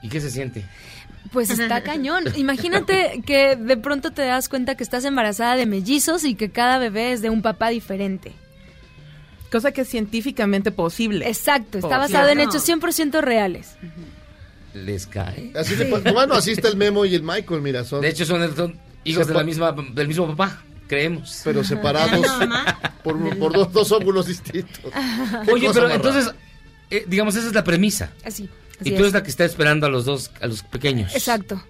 ¿Y qué se siente? Pues está cañón. Imagínate que de pronto te das cuenta que estás embarazada de mellizos y que cada bebé es de un papá diferente. Cosa que es científicamente posible. Oh, Exacto, está Posible. basado en hechos 100% reales. ¿Les cae? Así de pa- bueno, así está el Memo y el Michael, mira, son. De hecho, son, son hijos de la misma, del mismo papá, creemos. Pero separados por, por dos, dos óvulos distintos. Qué Oye, cosa pero más entonces, eh, digamos, esa es la premisa. Así. Y así tú es. eres la que está esperando a los dos, a los pequeños. Exacto.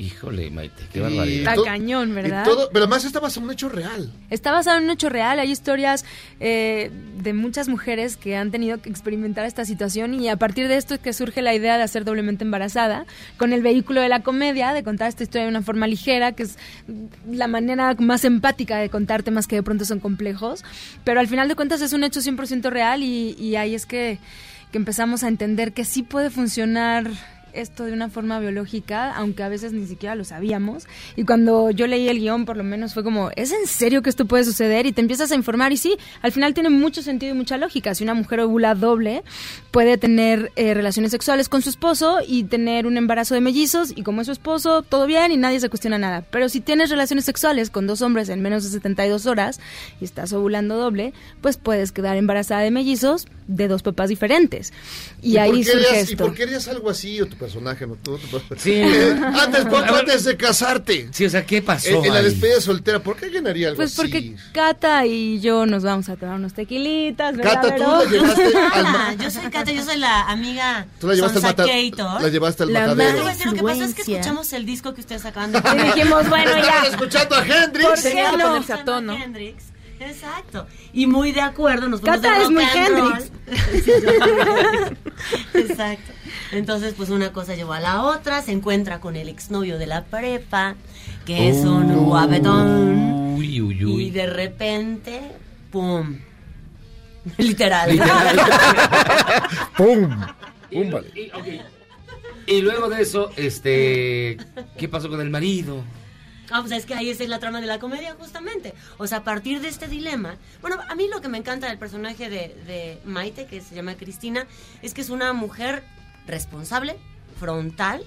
Híjole, Maite, qué Y barbaridad. Está cañón, ¿verdad? Y todo, pero además esta basada en un hecho real. Está basado en un hecho real, hay historias eh, de muchas mujeres que han tenido que experimentar esta situación y a partir de esto es que surge la idea de hacer doblemente embarazada con el vehículo de la comedia, de contar esta historia de una forma ligera, que es la manera más empática de contar temas que de pronto son complejos, pero al final de cuentas es un hecho 100% real y, y ahí es que, que empezamos a entender que sí puede funcionar esto de una forma biológica, aunque a veces ni siquiera lo sabíamos. Y cuando yo leí el guión, por lo menos fue como, ¿es en serio que esto puede suceder? Y te empiezas a informar y sí, al final tiene mucho sentido y mucha lógica. Si una mujer ovula doble puede tener eh, relaciones sexuales con su esposo y tener un embarazo de mellizos y como es su esposo, todo bien y nadie se cuestiona nada. Pero si tienes relaciones sexuales con dos hombres en menos de 72 horas y estás ovulando doble, pues puedes quedar embarazada de mellizos de dos papás diferentes. Y, por ahí qué harías- surge ¿Y esto. por qué harías algo así o tu personaje? No, Tú- tú- Sí. Eh, antes, poco antes de casarte. Sí, o sea, ¿qué pasó? En, en la ahí? despedida soltera, ¿por qué alguien haría algo Pues así? porque Cata y yo nos vamos a tomar unos tequilitas, ¿verdad, Cata, tú la Vero? llevaste al ma- Ah, yo soy Cata, yo soy la amiga Tú la llevaste al mata- sonsaqueator. la llevaste al La matadero. mala Te voy a decir, Lo que pasó es que influencia. escuchamos el disco que ustedes acaban de Y dijimos, bueno, ya. Estábamos escuchando a Hendrix. ¿Por qué Estábamos no? ponerse a tono. Exacto. Y muy de acuerdo, nos fuimos Cata de es muy rock and roll. Hendrix. Exacto. Entonces, pues una cosa llevó a la otra, se encuentra con el exnovio de la prepa, que Oh, es un guapetón. Uy, uy, uy. Y de repente, ¡pum! Literal. ¡Pum! Y, y- ok. Y luego de eso, este, ¿qué pasó con el marido? Ah, pues es que ahí esa es la trama de la comedia, justamente. O sea, a partir de este dilema. Bueno, a mí lo que me encanta del personaje de, de Maite, que se llama Cristina, es que es una mujer responsable, frontal,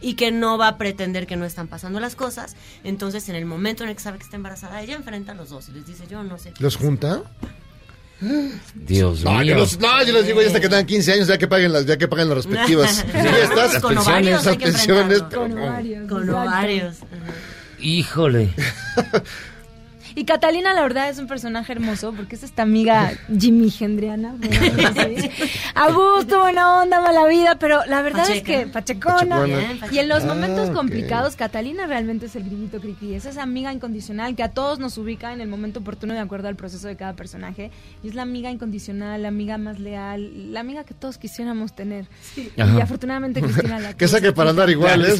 y que no va a pretender que no están pasando las cosas. Entonces, en el momento en el que sabe que está embarazada, ella enfrenta a los dos y les dice, yo no sé. ¿Los junta? Dios No, yo los, no, yo les digo, ya hasta que tengan 15 años, ya que paguen las, ya que paguen las respectivas. Sí, ya estás. con ovarios, hay las que pensiones. pero enfrentarlo. no. Con exacto. ovarios. Híjole. Y Catalina, la verdad, es un personaje hermoso porque es esta amiga Jimmy Gendriana. bueno, así. A gusto, buena onda, mala vida, pero la verdad es Pacheca. que pachecona. Pachecona. Bien, Y en los Ah, momentos ok. complicados, Catalina realmente es el grillito criqui. Es esa amiga incondicional que a todos nos ubica en el momento oportuno de acuerdo al proceso de cada personaje. Y es la amiga incondicional, la amiga más leal, la amiga que todos quisiéramos tener. Y Ajá. afortunadamente Cristina la Que saque para andar igual, ¿eh?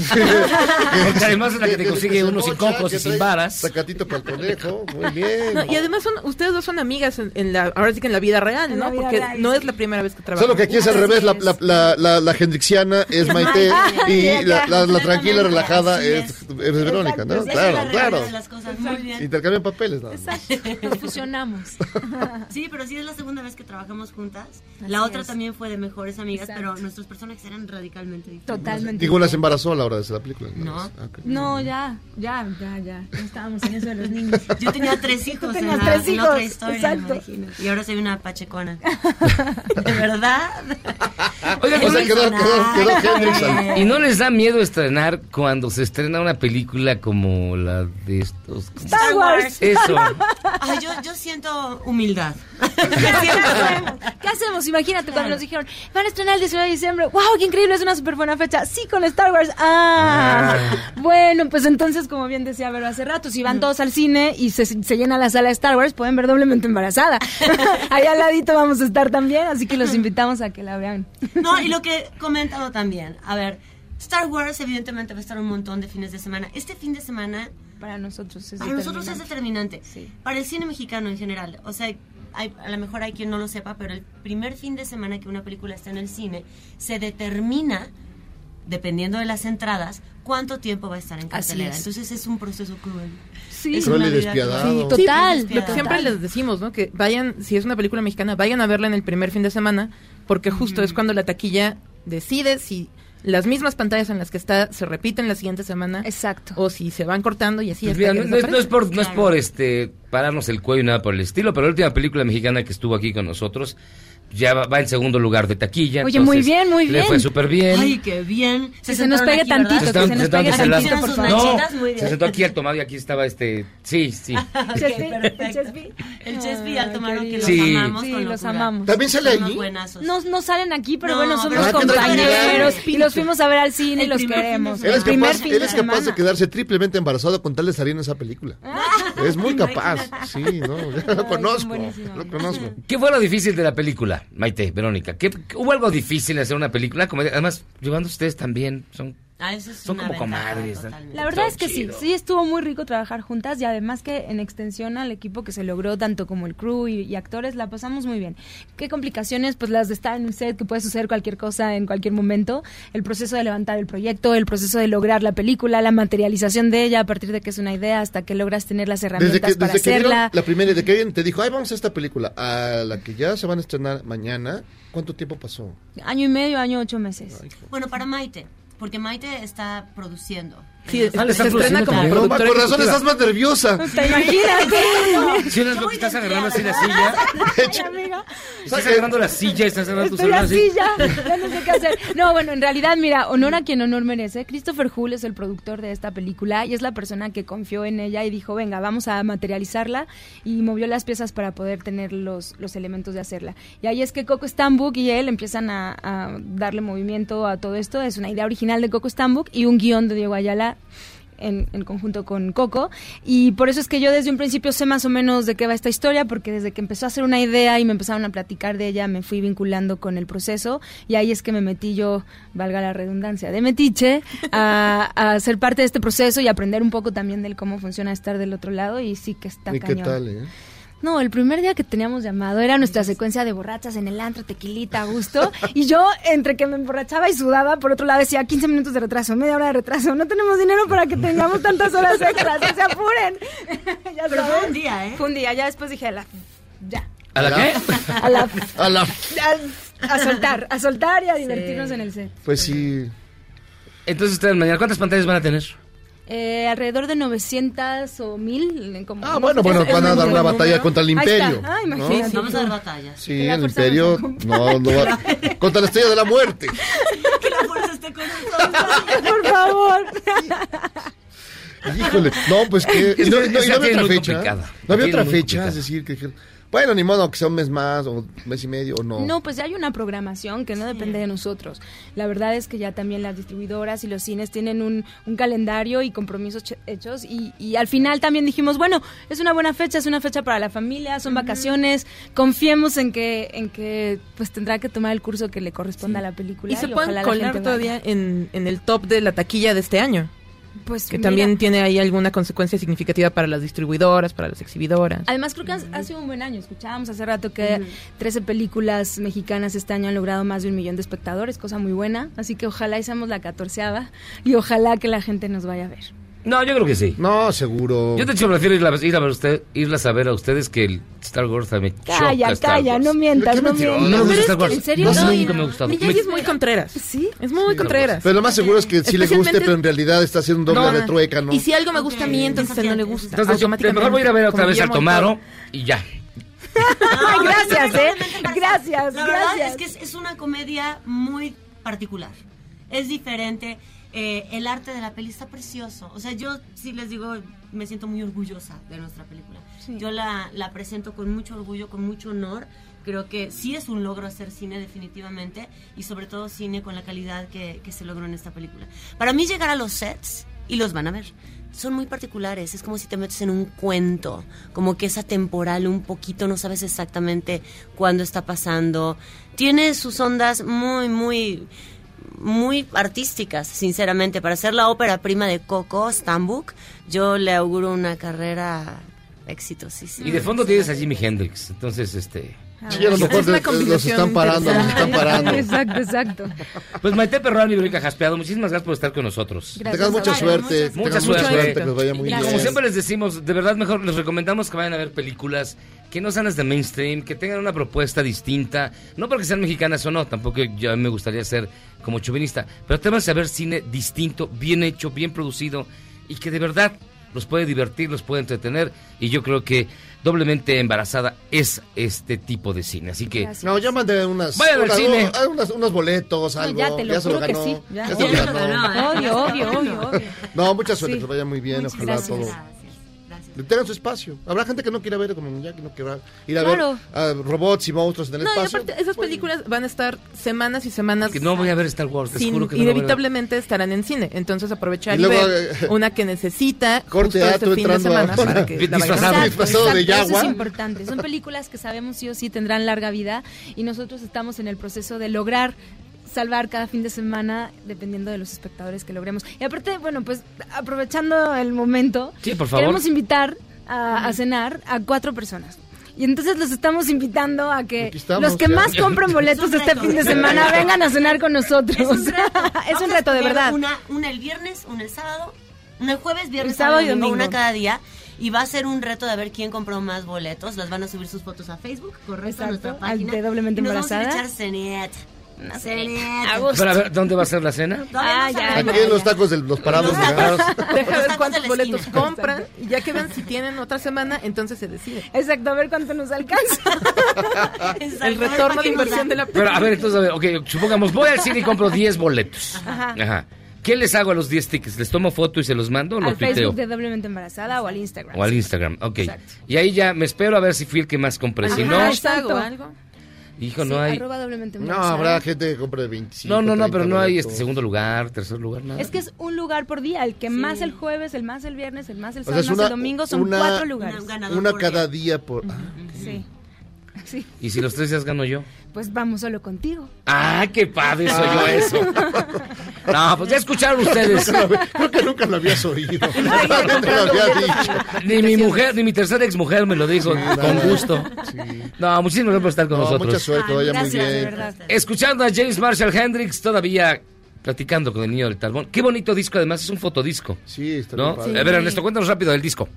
Porque además es la que te consigue unos sin sin cocos y sin varas. Sacatito para el conejo, muy Pues bien. No, y además son, ustedes dos son amigas en, en la, ahora sí que en la vida real, ¿no? Porque no es la primera vez que trabajan. Solo que aquí es al revés, la, la, la, la, la hendrixiana es Maite y la, la, la tranquila, relajada es, es Verónica, ¿no? Exacto, esa es Claro, la realidad claro. de las cosas, muy bien. Intercambian papeles, ¿no? Nos fusionamos. Sí, pero sí es la segunda vez que trabajamos juntas. Así La otra es. también fue de mejores amigas, Exacto. pero nuestros personajes eran radicalmente diferentes. Totalmente. Digo, las embarazó a la hora de hacer la película. No. Ah, ok. Pues, No, ya, ya, ya, ya. Ya estábamos en eso de los niños. Yo tenía tres hijos. Tú en tenías la- tres en la hijos. otra historia, exacto. imagínate. Y ahora soy una pachecona. De verdad. Oigan, O ¿no sea, les- pues, quedó- quedó- quedó Hendrix ahí. ¿Y no les da miedo estrenar cuando se estrena una película como la de estos? como- Star Wars. Eso. Ay, yo, yo siento humildad. ¿Qué hacemos? Imagínate cuando nos dijeron, van a estrenar el 19 de diciembre. ¡Wow, qué increíble! Es una súper buena fecha. Sí, con Star Wars. ¡Ah! Bueno, pues entonces, como bien decía Vero hace rato, si van todos al cine y se, se llena la sala de Star Wars, pueden ver doblemente embarazada. Ahí al ladito vamos a estar también, así que los invitamos a que la vean. No, y lo que he comentado también. A ver, Star Wars evidentemente va a estar un montón de fines de semana. Este fin de semana... Para nosotros es Para nosotros es determinante. determinante. Para el cine mexicano en general. O sea, hay- a lo mejor hay quien no lo sepa, pero el primer fin de semana que una película está en el cine, se determina, dependiendo de las entradas, cuánto tiempo va a estar en cartelera. es. Entonces es un proceso cruel. Sí. Es Cruel una y vida despiadado. cruel. Sí, total, Es lo que despiadado. siempre les decimos, ¿no? Que vayan, si es una película mexicana, vayan a verla en el primer fin de semana, porque justo es cuando la taquilla decide si las mismas pantallas en las que está se repiten la siguiente semana. Exacto. O si se van cortando y así Pues hasta mira, que no, no es, no es desaparece. por, no es por este, pararnos el cuello y nada por el estilo, pero la última película mexicana que estuvo aquí con nosotros ya va, va en segundo lugar de taquilla. Oye, muy entonces, bien, muy bien. Le fue súper bien. Ay, qué bien. Que se nos sentaron pegue aquí, ¿verdad? tantito, sentaron- nos sentaron pegue de ese lado. tantito, por favor. No, Nachitas, muy se bien. sentó aquí al tomado y aquí estaba este. Sí, sí. Ok, perfecto. El Chespi al tomar que los Sí. amamos. Sí, con los locura. amamos. ¿También sale Son unos ahí? buenazos. No, no salen aquí, pero No, bueno, somos pero- Ah, qué compañeros tranquilidad. y los fuimos a ver al cine y los queremos. Él es, primer capaz, fin él de es capaz de semana. quedarse triplemente embarazado con tal de salir en esa película. Es muy capaz. Sí, no, ya lo conozco. Lo conozco. ¿Qué fue lo difícil de la película, Maite, Verónica? ¿Qué, qué- ¿Hubo algo difícil en hacer una película? Como, además, llevando ustedes también, son Ah, eso es Son una como ventaja, comadres. totalmente. La verdad es que sí, sí estuvo muy rico trabajar juntas y además que en extensión al equipo que se logró, tanto como el crew y, y actores, la pasamos muy bien. ¿Qué complicaciones? Pues las de estar en un set, que puede suceder cualquier cosa en cualquier momento, el proceso de levantar el proyecto, el proceso de lograr la película, la materialización de ella a partir de que es una idea hasta que logras tener las herramientas Desde que, para desde que vieron hacerla. la primera, de que alguien te dijo, ay, vamos a esta película, a la que ya se van a estrenar mañana, ¿cuánto tiempo pasó? Año y medio, año ocho meses. Bueno, para Maite, porque Maite está produciendo. Sí, Entonces, ah, le está se estrena produciendo como también. productora No, por razón ejecutiva. estás más nerviosa. Te imagínate. Si no es lo que estás agarrando así la silla. Estás agarrando la silla y estás agarrando tu Estoy celular así así. ya, ya no sé qué hacer. No, bueno, en realidad, mira, honor a quien honor merece. Christopher Hull es el productor de esta película y es la persona que confió en ella y dijo, venga, vamos a materializarla y movió las piezas para poder tener los, los elementos de hacerla. Y ahí es que Coco Stambuk y él empiezan a, a darle movimiento a todo esto. Es una idea original de Coco Stambuk y un guión de Diego Ayala en, en conjunto con Coco. Y por eso es que yo desde un principio sé más o menos de qué va esta historia, porque desde que empezó a hacer una idea y me empezaron a platicar de ella, me fui vinculando con el proceso. Y ahí es que me metí yo, valga la redundancia, de metiche, a, a ser parte de este proceso y aprender un poco también del cómo funciona estar del otro lado. Y sí que está ¿Y qué cañón. tal, eh? No, el primer día que teníamos llamado era nuestra secuencia de borrachas en el antro, tequilita, a gusto. Y yo, entre que me emborrachaba y sudaba, por otro lado decía 15 minutos de retraso, media hora de retraso. No tenemos dinero para que tengamos tantas horas extras, no se apuren. Ya Pero fue sabes. un día, ¿eh? Fue un día, ya después dije, a la. Ya. ¿A la qué? A la. A Ah. la... A, a soltar, a soltar y a divertirnos en el set. Pues sí. Entonces ustedes mañana, ¿cuántas pantallas van a tener? Eh, alrededor de 900 o 1000. en Como, Ah, bueno, bueno, van a dar una batalla contra el imperio. Ah, ¿no? imagínate. Vamos a dar batalla. Sí, el imperio. No, no va. Contra la estrella de la muerte. Que la fuerza esté con Por favor. Híjole. No, pues que. Es y no, que y no- y esa no había tiene otra muy fecha. complicada. No había Tiene otra muy fecha, complicada. es decir, que dijeron, bueno, ni modo, que sea un mes más, o mes y medio, o no. No, pues ya hay una programación que no depende de nosotros. La verdad es que ya también las distribuidoras y los cines tienen un, un calendario y compromisos che- hechos y, y al final también dijimos, bueno, es una buena fecha, es una fecha para la familia, son vacaciones, confiemos en que en que pues tendrá que tomar el curso que le corresponda a la película. Y se ojalá pueden la gente colar vaya. todavía en, en el top de la taquilla de este año. Pues que mira. también tiene ahí alguna consecuencia significativa para las distribuidoras, para las exhibidoras. Además, creo que ha- ha sido un buen año. Escuchábamos hace rato que 13 películas mexicanas este año han logrado más de un millón de espectadores, cosa muy buena. Así que ojalá y seamos la catorceava y ojalá que la gente nos vaya a ver. No, yo creo que sí. No, seguro. Yo de hecho prefiero irla- ir a ver usted, irlas a ver a ustedes que el Star Wars también. Calla, calla, no mientas, no mientas. No me gusta Star Pero es que, Wars. en serio, No, no, nunca me ha gustado. pues, Miyagi es muy contreras. Sí. Es muy contreras. Pero lo más seguro es que sí le guste, Especialmente- pero en realidad está haciendo un doble No. de trueca, ¿no? Y si algo me gusta a mí, entonces a él no le gusta. Entonces yo pues, automáticamente. mejor voy a ir a ver otra Como vez al Guillermo del Toro. Tomaro y ya. Ay, gracias, ¿eh? Gracias, La verdad gracias. es que es, es una comedia muy particular. Es diferente. eh, el arte de la peli está precioso. O sea, yo sí les digo, me siento muy orgullosa de nuestra película. Sí. Yo la, la presento con mucho orgullo, con mucho honor. Creo que sí es un logro hacer cine definitivamente y sobre todo cine con la calidad que, que se logró en esta película. Para mí llegar a los sets, y los van a ver, son muy particulares. Es como si te metes en un cuento, como que es atemporal un poquito, no sabes exactamente cuándo está pasando. Tiene sus ondas muy, muy, muy artísticas, sinceramente. Para ser la ópera prima de Coco Stambuk, yo le auguro una carrera exitosísima. Y de fondo tienes a Jimi Hendrix. Entonces, este. Ah, Sí, a lo mejor de- los están parando, los están parando. Exacto, exacto. Pues Maite Perrón y Verónica Jaspeado, muchísimas gracias por estar con nosotros. Gracias Tengan a mucha ustedes. suerte, que Mucha tengan suerte. mucha suerte, que les vaya muy Como bien. siempre les decimos, de verdad mejor les recomendamos que vayan a ver películas que no sean las de mainstream, que tengan una propuesta distinta, no porque sean mexicanas o no, tampoco yo me gustaría ser como chauvinista, pero te vas a ver cine distinto, bien hecho, bien producido y que de verdad los puede divertir, los puede entretener y yo creo que doblemente embarazada es este tipo de cine, así que No, ya mandé unas, Vayan Eh, al unas- ah, cine. unas- unos, boletos, No, algo. ya te lo se lo juro que ganó, sí. Ya. ya se lo Ya ganó. lo ganó, ¿eh? Obvio, obvio, obvio, obvio. No, mucha suerte, Sí. que les vaya muy bien, Muchas ojalá gracias. todo. Gracias. Tengan su espacio. Habrá gente que no quiera ver como Miyagi, no quiera ir a Claro. ver a robots y monstruos en el No, y espacio. aparte, esas películas van a estar semanas y semanas. que no voy a ver Star Wars, te sin- juro que no la voy a ver. inevitablemente estarán en cine. Entonces aprovechar Y y, luego, ver eh, una que necesita corte justo A, este tú fin de semana entrando ahora. para que la vayan a Disfrazado, ver. disfrazado de Exacto, Eso yagua. es importante. Son películas que sabemos sí o sí tendrán larga vida y nosotros estamos en el proceso de lograr salvar cada fin de semana dependiendo de los espectadores que logremos. Y aparte, bueno, pues aprovechando el momento, Sí, por favor. queremos invitar a, a cenar a cuatro personas. Y entonces los estamos invitando a que estamos, los que ya. más compren boletos Es un este reto. fin de semana vengan a cenar con nosotros. Es un reto, Vamos a de escoger verdad. Una, una el viernes, una el sábado, una el jueves, El viernes, sábado sábado y y domingo, domingo. una cada día. Y va a ser un reto de ver quién compró más boletos. Las van a subir sus fotos a Facebook, correcto, a nuestra Exacto, al página. de Doblemente y nos vamos a ir a Embarazada. echar cenet. Cenet. Pero a ver, ¿dónde va a ser la cena? Ah, ya, Aquí en los tacos de los parados. Parados. Deja ver cuántos la boletos esquina. compran y ya que vean si tienen otra semana, entonces se decide. Exacto, a ver cuánto nos alcanza. El retorno de inversión de la Pero a ver, entonces, a ver, ok, supongamos, voy al cine y compro 10 boletos. Ajá. Ajá. ¿Qué les hago a los 10 tickets? ¿Les tomo foto y se los mando o los Al tuiteo? Facebook de Doblemente Embarazada o al Instagram. O al Instagram, ok. Exacto. Y ahí ya me espero a ver si fui el que más compré. Si Ajá, no, exacto. hijo, Sí, no hay. arroba doblemente No, embarazada. habrá gente que compre 25. No, no, no, 30 pero no hay boletos. este segundo lugar, tercer lugar, nada. Es que es un lugar por día, el que más el jueves, el más el viernes, el más el O sea, sábado, es más una- el domingo, son una- cuatro lugares. Una cada día por. ah, Sí. Sí, Y si los tres días gano yo. pues vamos solo contigo. ¡Ah, qué padre soy yo eso! No, pues ya escucharon ustedes. Creo que nunca lo habías oído. Ni mi mujer, ni mi tercera exmujer me lo dijo, con gusto. No, muchísimas gracias por estar con No, nosotros. mucha suerte, vaya muy bien. Escuchando a James Marshall Hendrix todavía platicando con el niño del talbón. Qué bonito disco, además, es un fotodisco. Sí, está ¿no? bien padre. A ver, Sí. Ernesto, cuéntanos rápido del disco.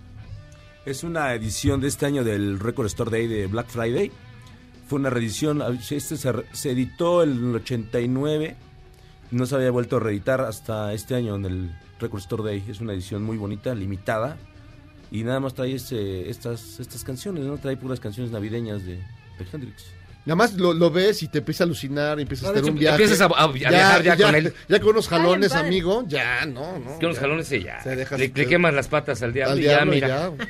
Es una edición de este año del Record Store Day de Black Friday. Fue una reedición, este se, re- se editó el 89, no se había vuelto a reeditar hasta este año en el Record Store Day. Es una edición muy bonita, limitada, y nada más trae este- estas, estas canciones, ¿no? Trae puras canciones navideñas de, de Hendrix. Nada más lo, lo ves y te empieza a alucinar, empiezas No, a de tener un hecho, viaje. empiezas a- a- a viajar ya con él. Ya con unos Está bien jalones, padre. amigo, ya, no, no. Que unos ya. jalones y ya. Se dejas- le, le quemas las patas al diablo Al y ya, diablo y mira.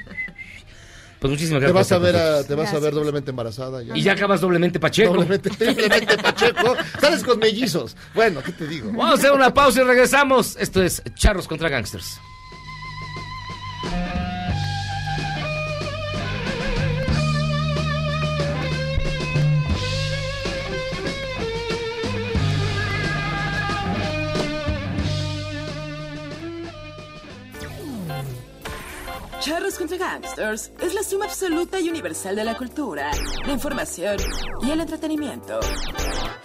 Pues muchísimas Te gracias. vas a ver, a- nosotros. te vas a ver doblemente embarazada. Y ya acabas doblemente pacheco. Doblemente, triplemente Pacheco. Sales con mellizos. Bueno, ¿qué te digo? Vamos a hacer una pausa y regresamos. Esto es Charros contra Gangsters. Charros contra Gangsters es la suma absoluta y universal de la cultura, la información y el entretenimiento.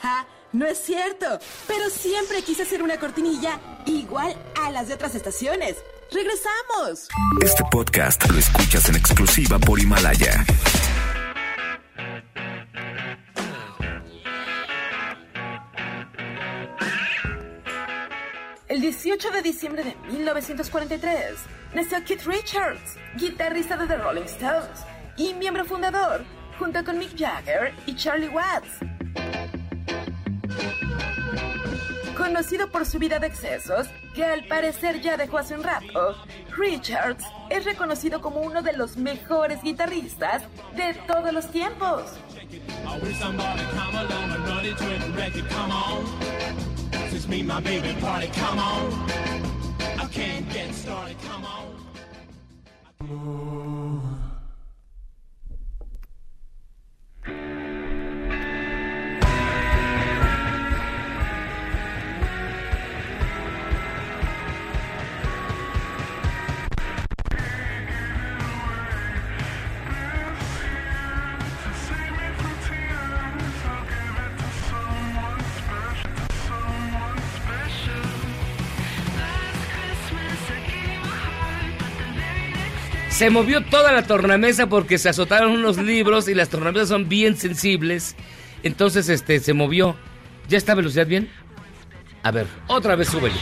¡Ja! No es cierto, pero siempre quise hacer una cortinilla igual a las de otras estaciones. ¡Regresamos! Este podcast lo escuchas en exclusiva por Himalaya. El 18 de diciembre de 1943 nació Keith Richards, guitarrista de The Rolling Stones y miembro fundador, junto con Mick Jagger y Charlie Watts. Conocido por su vida de excesos, que al parecer ya dejó hace un rato, Richards es reconocido como uno de los mejores guitarristas de todos los tiempos. I wish somebody come along and run into it and wreck it, come on. Since me, and my baby party, come on. I can't get started, come on. Se movió toda la tornamesa porque se azotaron unos libros y las tornamesas son bien sensibles. Entonces, este, se movió. ¿Ya está a velocidad bien? A ver, otra vez súbele.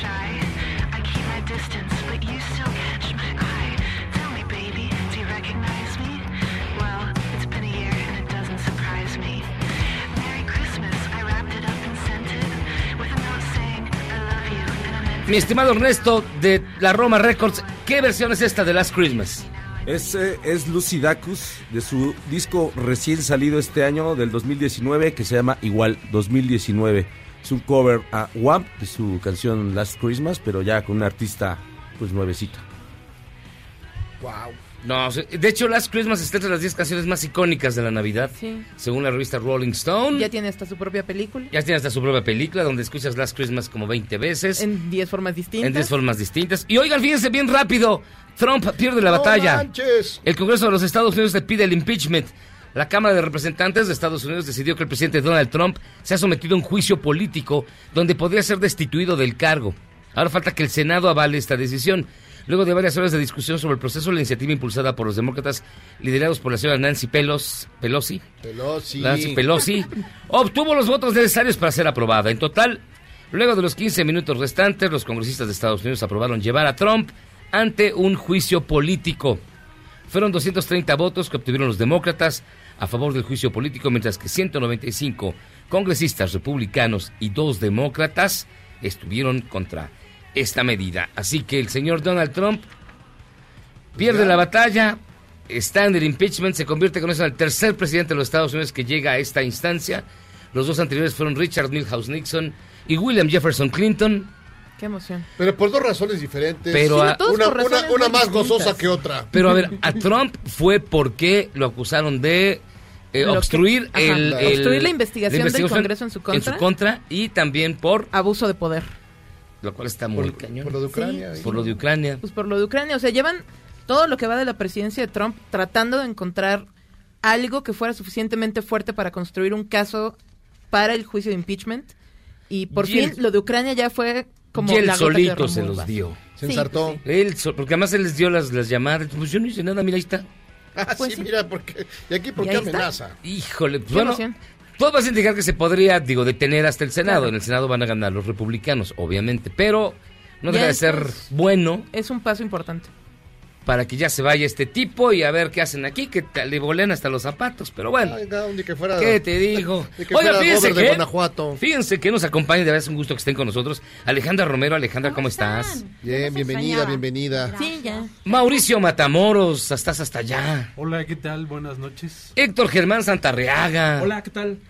Mi estimado Ernesto de la Roma Records, ¿qué versión es esta de Last Christmas? Ese es Lucy Dacus de su disco recién salido este año del 2019 que se llama igual 2019. Es un cover a WAMP de su canción Last Christmas, pero ya con un artista pues nuevecita. Wow. No, sí, de hecho, Last Christmas está entre las 10 canciones más icónicas de la Navidad, Sí. según la revista Rolling Stone. Ya tiene hasta su propia película. Ya tiene hasta su propia película donde escuchas Last Christmas como 20 veces. En 10 formas distintas. En tres formas distintas. Y oigan, fíjense bien rápido. Trump pierde la ¡No batalla. manches! El Congreso de los Estados Unidos le pide el impeachment. La Cámara de Representantes de Estados Unidos decidió que el presidente Donald Trump se ha sometido a un juicio político donde podría ser destituido del cargo. Ahora falta que el Senado avale esta decisión. Luego de varias horas de discusión sobre el proceso, la iniciativa impulsada por los demócratas, liderados por la señora Nancy Pelos- Pelosi, Pelosi. Nancy Pelosi obtuvo los votos necesarios para ser aprobada. En total, luego de los 15 minutos restantes, los congresistas de Estados Unidos aprobaron llevar a Trump ante un juicio político. Fueron 230 votos que obtuvieron los demócratas a favor del juicio político, mientras que 195 congresistas republicanos y dos demócratas estuvieron contra esta medida. Así que el señor Donald Trump pierde la batalla, está en el impeachment, se convierte con eso en el tercer presidente de los Estados Unidos que llega a esta instancia. Los dos anteriores fueron Richard Milhouse Nixon y William Jefferson Clinton. Qué emoción. Pero por dos razones diferentes. Pero Sí, a- todos una, por una- razones una muy más distintas. gozosa que otra. Pero a ver, a Trump fue porque lo acusaron de eh, Lo que- obstruir ajá. el, el- Obstruir la investigación del Congreso en su contra. contra y también por abuso de poder. Lo cual está muy cañón. Por lo de Ucrania, Sí. Por lo de Ucrania. Pues por lo de Ucrania. O sea, llevan todo lo que va de la presidencia de Trump tratando de encontrar algo que fuera suficientemente fuerte para construir un caso para el juicio de impeachment. Y por Y fin el- lo de Ucrania ya fue como... y él la gota que solito derramó se el los vaso. dio. Se Sí, ensartó. pues Él so- porque además él les dio las, las llamadas. Pues yo no hice nada, mira, ahí está. Ah, sí, mira, porque. ¿Y aquí por Y qué ahí está. amenaza? Híjole, pues Qué bueno, emoción. todo va a indicar que se podría, digo, detener hasta el Senado. Claro. En el Senado van a ganar los republicanos, obviamente, pero no Ya deja de eso ser es- bueno Es un paso importante. para que ya se vaya este tipo y a ver qué hacen aquí, que te- le volen hasta los zapatos, pero bueno. Ay, no, ni que fuera. ¿Qué te digo? Ni que Oiga, fuera fíjense Robert de que, Guanajuato. fíjense que nos acompaña, de verdad es un gusto que estén con nosotros. Alejandra Romero, Alejandra, ¿cómo, estás? Bien, bienvenida, bienvenida. Sí, ya. Mauricio Matamoros, estás hasta allá. Hola, ¿qué tal? Buenas noches. Héctor Germán Santarreaga. Hola, ¿qué tal?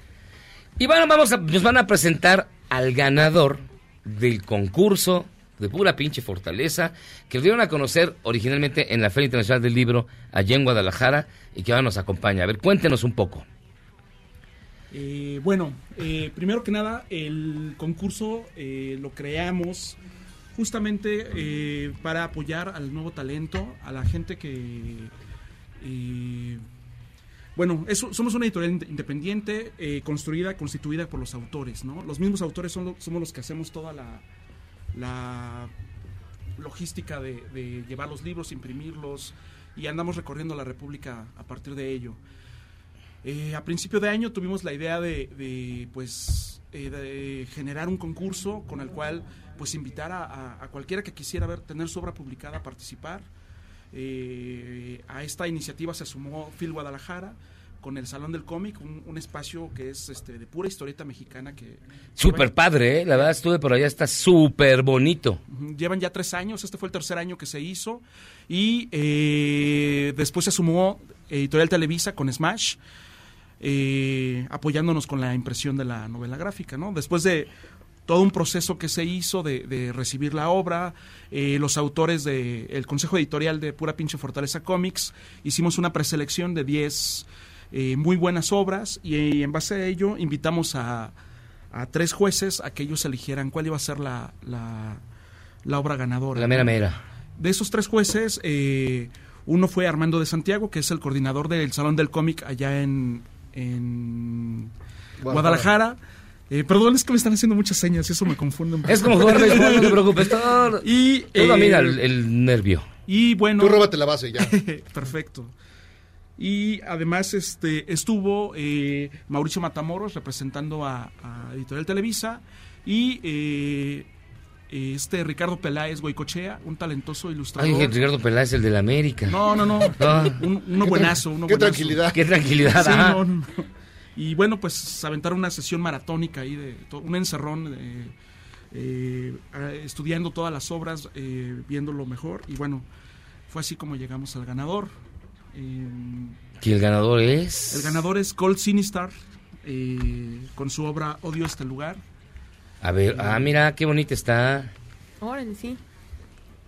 Y bueno, vamos a- nos van a presentar al ganador del concurso de pura pinche fortaleza que lo dieron a conocer originalmente en la Feria Internacional del Libro allá en Guadalajara y que ahora nos acompaña. A ver, cuéntenos un poco. Eh, bueno, eh, primero que nada, el concurso eh, lo creamos justamente eh, para apoyar al nuevo talento, a la gente que... eh, bueno, es- somos una editorial inde- independiente, eh, construida, constituida por los autores, ¿no? Los mismos autores son lo- somos los que hacemos toda la, la logística de, de llevar los libros, imprimirlos, y andamos recorriendo la República a partir de ello. Eh, a principio de año tuvimos la idea de, de, pues, eh, de generar un concurso con el cual pues invitar a, a- a cualquiera que quisiera ver, tener su obra publicada a participar. Eh, a esta iniciativa se sumó Phil Guadalajara con el Salón del Cómic, un, un espacio que es este, de pura historieta mexicana que Súper padre, ¿eh? La verdad estuve por allá, está súper bonito. Ujú, Llevan ya tres años, este fue el tercer año que se hizo. Y eh, después se sumó Editorial Televisa con Smash, eh, apoyándonos con la impresión de la novela gráfica, ¿no? Después de todo un proceso que se hizo de, de recibir la obra, eh, los autores del Consejo Editorial de Pura Pinche Fortaleza Comics, hicimos una preselección de 10 eh, muy buenas obras y, eh, en base a ello invitamos a, a tres jueces a que ellos eligieran cuál iba a ser la, la- la obra ganadora. La mera mera. De esos tres jueces, eh, uno fue Armando de Santiago, que es el coordinador del Salón del Cómic allá en, en Guadalajara. Guadalajara. Eh, perdón, es que me están haciendo muchas señas, eso me confunde un poco. Es como jugar béisbol, no te preocupes. Todo, Y, todo eh, mira el, el nervio. y bueno. Tú róbate la base ya. Perfecto. Y además este estuvo eh, Mauricio Matamoros representando a, a Editorial Televisa y eh, eh, este Ricardo Peláez Goicochea, un talentoso ilustrador. Ay, Ricardo Peláez, el del América. No, no, no. Ah. Un- uno buenazo, uno qué buenazo. tranquilidad. Qué tranquilidad, ah. Sí, ajá. no, no, no. Y bueno, pues aventaron una sesión maratónica ahí, de to- un encerrón, eh, eh, a- estudiando todas las obras, eh, viéndolo mejor. Y bueno, fue así como llegamos al ganador. Eh, Que el ganador es... el ganador es Cold Sinistar, eh, con su obra Odio este lugar. A ver, ah, mira, qué bonita está. Órale, sí.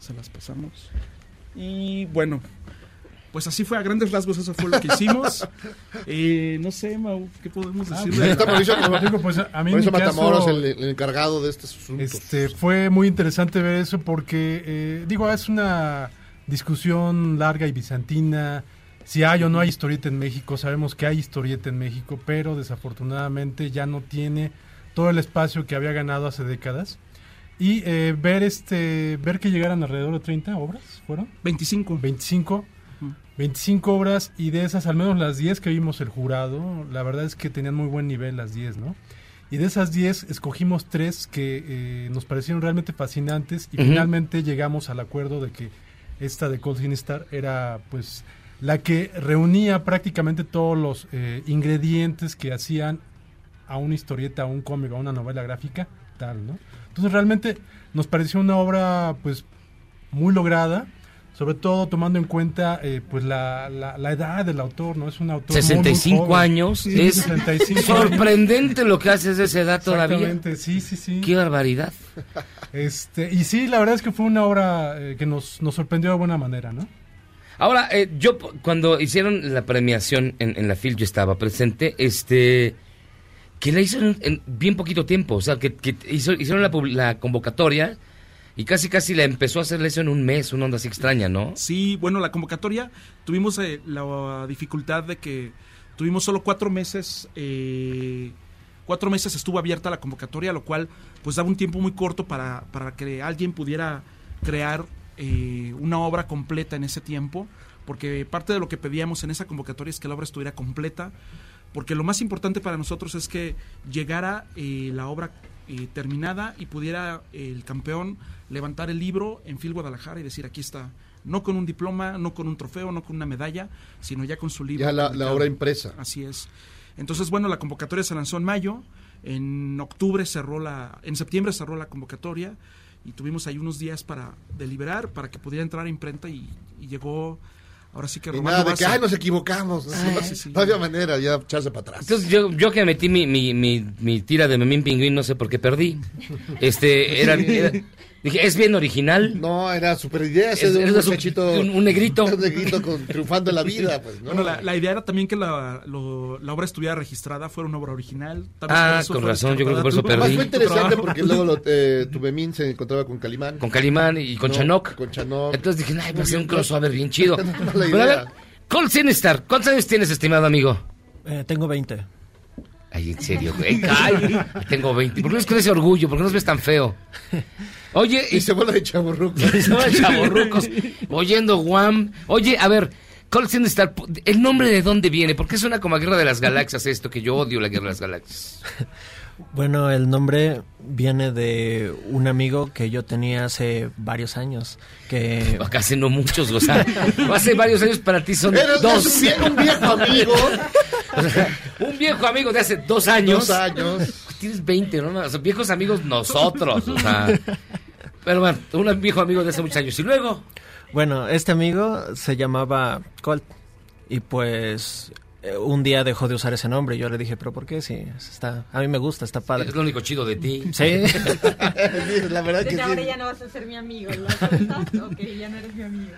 Se las pasamos. Y bueno, Pues así fue, a grandes rasgos eso fue lo que hicimos. Eh, no sé, Mau, ¿qué podemos Ah, decir? pues, ahí está Mauricio- Digo, pues, a mí en Mauricio mi caso- Matamoros, el, el encargado de este asunto. Este, fue muy interesante ver eso porque, eh, digo, es una discusión larga y bizantina. Si hay o no hay historieta en México, sabemos que hay historieta en México, pero desafortunadamente ya no tiene todo el espacio que había ganado hace décadas. Y eh, ver este ver que llegaran alrededor de 30 obras, ¿fueron? 25. 25. 25 obras y de esas al menos las 10 que vimos el jurado, la verdad es que tenían muy buen nivel las 10, ¿no? Y de esas 10 escogimos tres que eh, nos parecieron realmente fascinantes y Ujú. finalmente llegamos al acuerdo de que esta de Cold Sin Star era pues la que reunía prácticamente todos los eh, ingredientes que hacían a una historieta, a un cómic, a una novela gráfica, tal, ¿no? Entonces realmente nos pareció una obra pues muy lograda, sobre todo tomando en cuenta eh, pues la, la- la edad del autor, ¿no? Es un autor muy, muy 65 joven. años. Sí, es 65 sorprendente lo que haces de esa edad todavía. Exactamente, sí, sí, sí. Qué barbaridad. Este, y sí, la verdad es que fue una obra eh, que nos, nos sorprendió de buena manera, ¿no? Ahora, eh, yo p- cuando hicieron la premiación en, en la FIL, yo estaba presente, este, que la hizo en, en bien poquito tiempo, o sea, que, que hizo- hicieron la, pub- la convocatoria y casi casi la empezó a hacer la hizo en un mes, una onda así extraña, ¿no? Sí, bueno, la convocatoria tuvimos eh, la dificultad de que tuvimos solo cuatro meses, eh, cuatro meses estuvo abierta la convocatoria, lo cual pues daba un tiempo muy corto para, para que alguien pudiera crear eh, una obra completa en ese tiempo, porque parte de lo que pedíamos en esa convocatoria es que la obra estuviera completa, porque lo más importante para nosotros es que llegara eh, la obra eh, terminada y pudiera eh, el campeón levantar el libro en Fil Guadalajara y decir aquí está, no con un diploma, no con un trofeo, no con una medalla, sino ya con su libro. Ya la- la publicado. obra impresa. Así es. Entonces, bueno, la convocatoria se lanzó en mayo, en octubre cerró la, en septiembre cerró la convocatoria y tuvimos ahí unos días para deliberar, para que pudiera entrar a imprenta y, y llegó, ahora sí que Y Román nada, de que, Lobaza. ay, nos equivocamos. ¿no? Ay, Sí, sí. No había manera, ya echarse para atrás. Entonces yo, yo que metí mi, mi, mi, mi tira de Memín Pingüín, no sé por qué perdí. Este, era, era- dije, es bien original. No, era super idea ese Es- de un era su- muchachito. un- un negrito. Un negrito con- triunfando en la vida, pues, ¿no? Bueno, la, la idea era también que la, lo- la obra estuviera registrada, fuera una obra original. Tal vez Ah, por eso con fue razón, yo creo que por eso descartada. perdí. Además fue interesante Tu porque trabajo. luego lo, eh, tu Memín se encontraba con Calimán. Con Calimán y con No, Chanok. Con Chanok. Entonces dije, ay, va a ser un crossover bien chido. la Pero a ver, idea. Cole Sinistar, ¿cuántos años tienes, estimado amigo? Eh, tengo 20. Ay, en serio, güey. Ay, tengo 20. ¿Por qué no es con ese orgullo? ¿Por qué nos ves tan feo? Oye. Y se vuelve de chaborrucos. Se vuelve de chavorrucos, Oyendo Guam. Oye, a ver. Call Sin Star, ¿el nombre de dónde viene? Porque suena como a Guerra de las Galaxias esto, que yo odio la Guerra de las Galaxias. Bueno, el nombre viene de un amigo que yo tenía hace varios años. Que... Casi no muchos, o sea, hace varios años para ti son Eres- dos. eres un vie- un viejo amigo. O sea, un viejo amigo de hace dos años. Dos años. Tienes 20, ¿no? O sea, viejos amigos nosotros, o sea. Pero bueno, un viejo amigo de hace muchos años. Y luego, Bueno, este amigo se llamaba Colt. Y pues eh, un día dejó de usar ese nombre. Yo le dije, ¿pero por qué? Sí, está, a mí me gusta, está padre. es lo único chido de ti. Sí. la que Desde sí. ahora ya no vas a ser mi amigo, ¿lo aceptas? Ok, ya no eres mi amigo.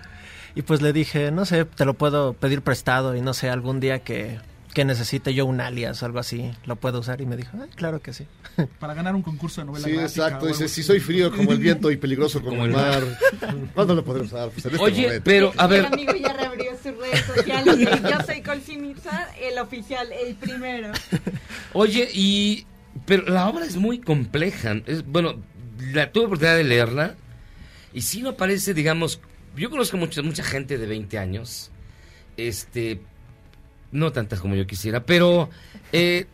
Y pues le dije, no sé, te lo puedo pedir prestado y no sé, algún día que, que necesite yo un alias o algo así, lo puedo usar. Y me dijo, "Ah, claro que sí. Para ganar un concurso de novela Sí, gráfica o exacto. algo Dice, así. si soy frío como el viento y peligroso como, el mar. ¿Cuándo lo podremos dar? Pues en este Oye, momento. pero, a El amigo ya reabrió sus redes sociales. Yo soy Colfinita, el oficial, el primero. Oye, y. Pero la obra es muy compleja. Es, bueno, la tuve oportunidad de leerla. Y sí no parece, digamos. Yo conozco mucha mucha gente de 20 años. Este. No tantas como yo quisiera, pero. eh,